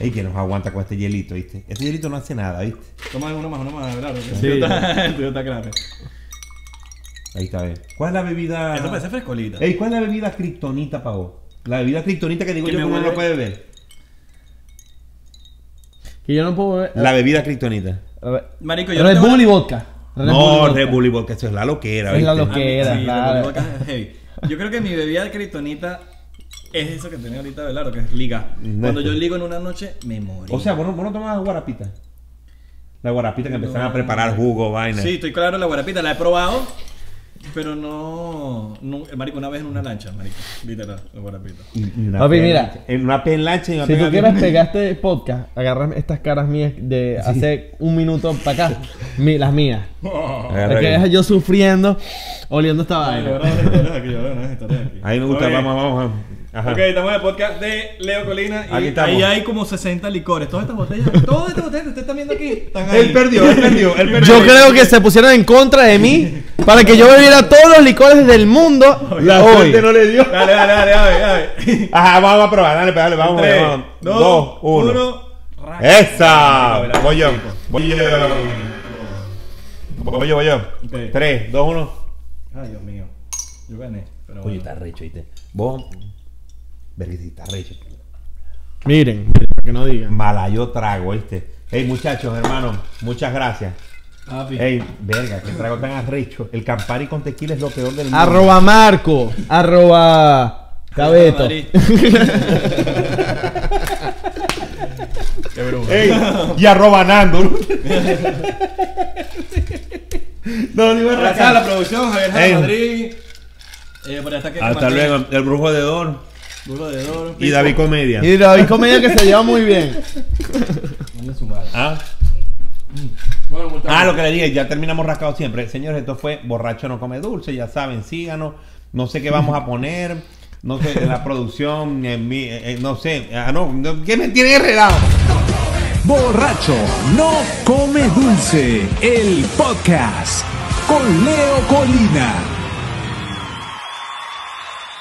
Ey, que nos aguanta con este hielito, ¿viste? Este hielito no hace nada, ¿viste?
Toma uno más, uno más, claro. Sí. *laughs* está claro.
Ahí está, ve. ¿Cuál es la bebida?
Esto parece frescolita.
Ey, ¿cuál es la bebida kriptonita, pavo? La bebida kriptonita que digo
Que
yo
me
que uno no
huele-
puede beber.
Que yo no puedo beber.
La bebida kriptonita.
Re-
Marico, yo
Red
tengo
Bull y
una-
vodka. Red Bull y
No,
vodka.
Red Bull y vodka, eso es la loquera.
Es
¿viste?
la
Ah,
loquera,
sí,
claro.
Red Bull acá es heavy. Yo creo que mi bebida de criptonita es eso que tenía ahorita Belardo, que es liga. Cuando yo ligo en una noche, me morí.
O sea, vos no, vos no tomabas guarapita. La guarapita que empezaban a preparar jugo, vaina.
Sí, estoy claro, la guarapita la he probado, pero no, no- Marico, una vez en una lancha, Marico. Literal, la guarapita.
Y- y una
Papi,
pena-
mira.
En una penlancha y una
Si tú
pena- *laughs*
quieres pegar este podcast, agarras estas caras mías de hace un minuto para acá. mi- las mías.
Agarra
Para que
ahí.
dejas yo sufriendo, oliendo esta vaina.
A mí me gusta,
Ok.
vamos, vamos, vamos. Ajá.
Ok, estamos en el podcast de Leo Colina y
Aquí estamos.
ahí hay como 60 licores. Todas estas botellas, todas estas botellas que ustedes están viendo aquí están ahí.
Él perdió, él perdió,
*laughs*
él perdió.
Yo creo que se pusieron en contra de mí para que yo bebiera todos los licores del mundo
La
hoy.
suerte no le dio.
Dale, dale, dale, dale, dale.
Ajá, vamos a probar, dale, pues, dale, vamos,
Tres,
vamos.
dos,
Dos, uno. Eh.
uno.
¡Esa! Voy yo. Voy yo. Voy yo, voy yo.
Ok.
3, 2, 1.
Ay, Dios mío. Yo gané. Pero
Coño,
bueno.
está recho, ¿viste? Vos. Verga, sí, está recho.
Miren, miren, para que no digan.
Malayo trago, ¿viste? Hey, muchachos, hermanos, muchas gracias.
Papi.
Hey, verga, que trago tan arrecho. El Campari con tequila es lo peor del mundo.
Arroba Marco. Arroba Cabeto.
Madrid.
*laughs*
Ey, y arroba Nando. no, digo
Gracias a la producción, Javier Jara
Ey.
Madrid. Eh, por hasta que
Hasta luego, el brujo de Don
Duro de oro.
y David Comedia.
Y David Comedia que se lleva muy bien.
Mande su madre.
Ah,
Bueno, muchas
ah,
gracias.
lo que le dije, ya terminamos rascados siempre. Señores, esto fue Borracho no come dulce, ya saben, síganos. No sé qué vamos a poner. No sé, *laughs* la producción, eh, mi- eh, eh, no sé. Ah, no, no, ¿qué me tiene enredado?
Borracho no come dulce, el podcast con Leo Colina.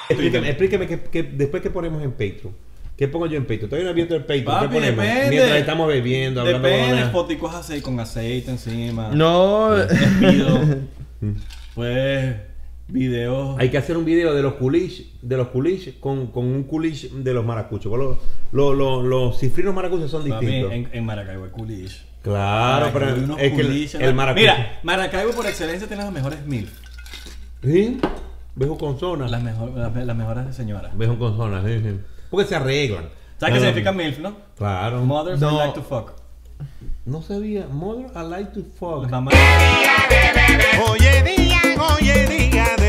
Explíqueme, explíqueme que, después que ponemos en Patreon. ¿Qué pongo yo en Patreon? Todavía no he abierto el Patreon.
Papi, depende.
bebiendo,
Depende,
huevonadas.
foticos aceite con aceite encima.
No. *laughs*
Despido. pues, videos.
Hay que hacer un video de los culiches, de los culiches con, con un culiche de los maracuchos. porque Los, los, los, los cifrinos maracuchos son
Papi,
distintos.
en, en Maracaibo hay culish.
Claro, pero
Maracaibo hay unos
es que
culiches,
el,
¿no?
el maracucho.
Mira, Maracaibo por excelencia tiene las mejores mil.
¿Sí? Bejo con zona.
Las, mejor, las, las mejores señoras.
Bejo con zona, sí, sí. Porque se arreglan.
¿Sabes qué
Ah,
significa MILF, no?
Claro.
Mothers
no,
I like to fuck.
no sabía. Mother I like to fuck.
Las mamás.
Hoy es día, hoy es día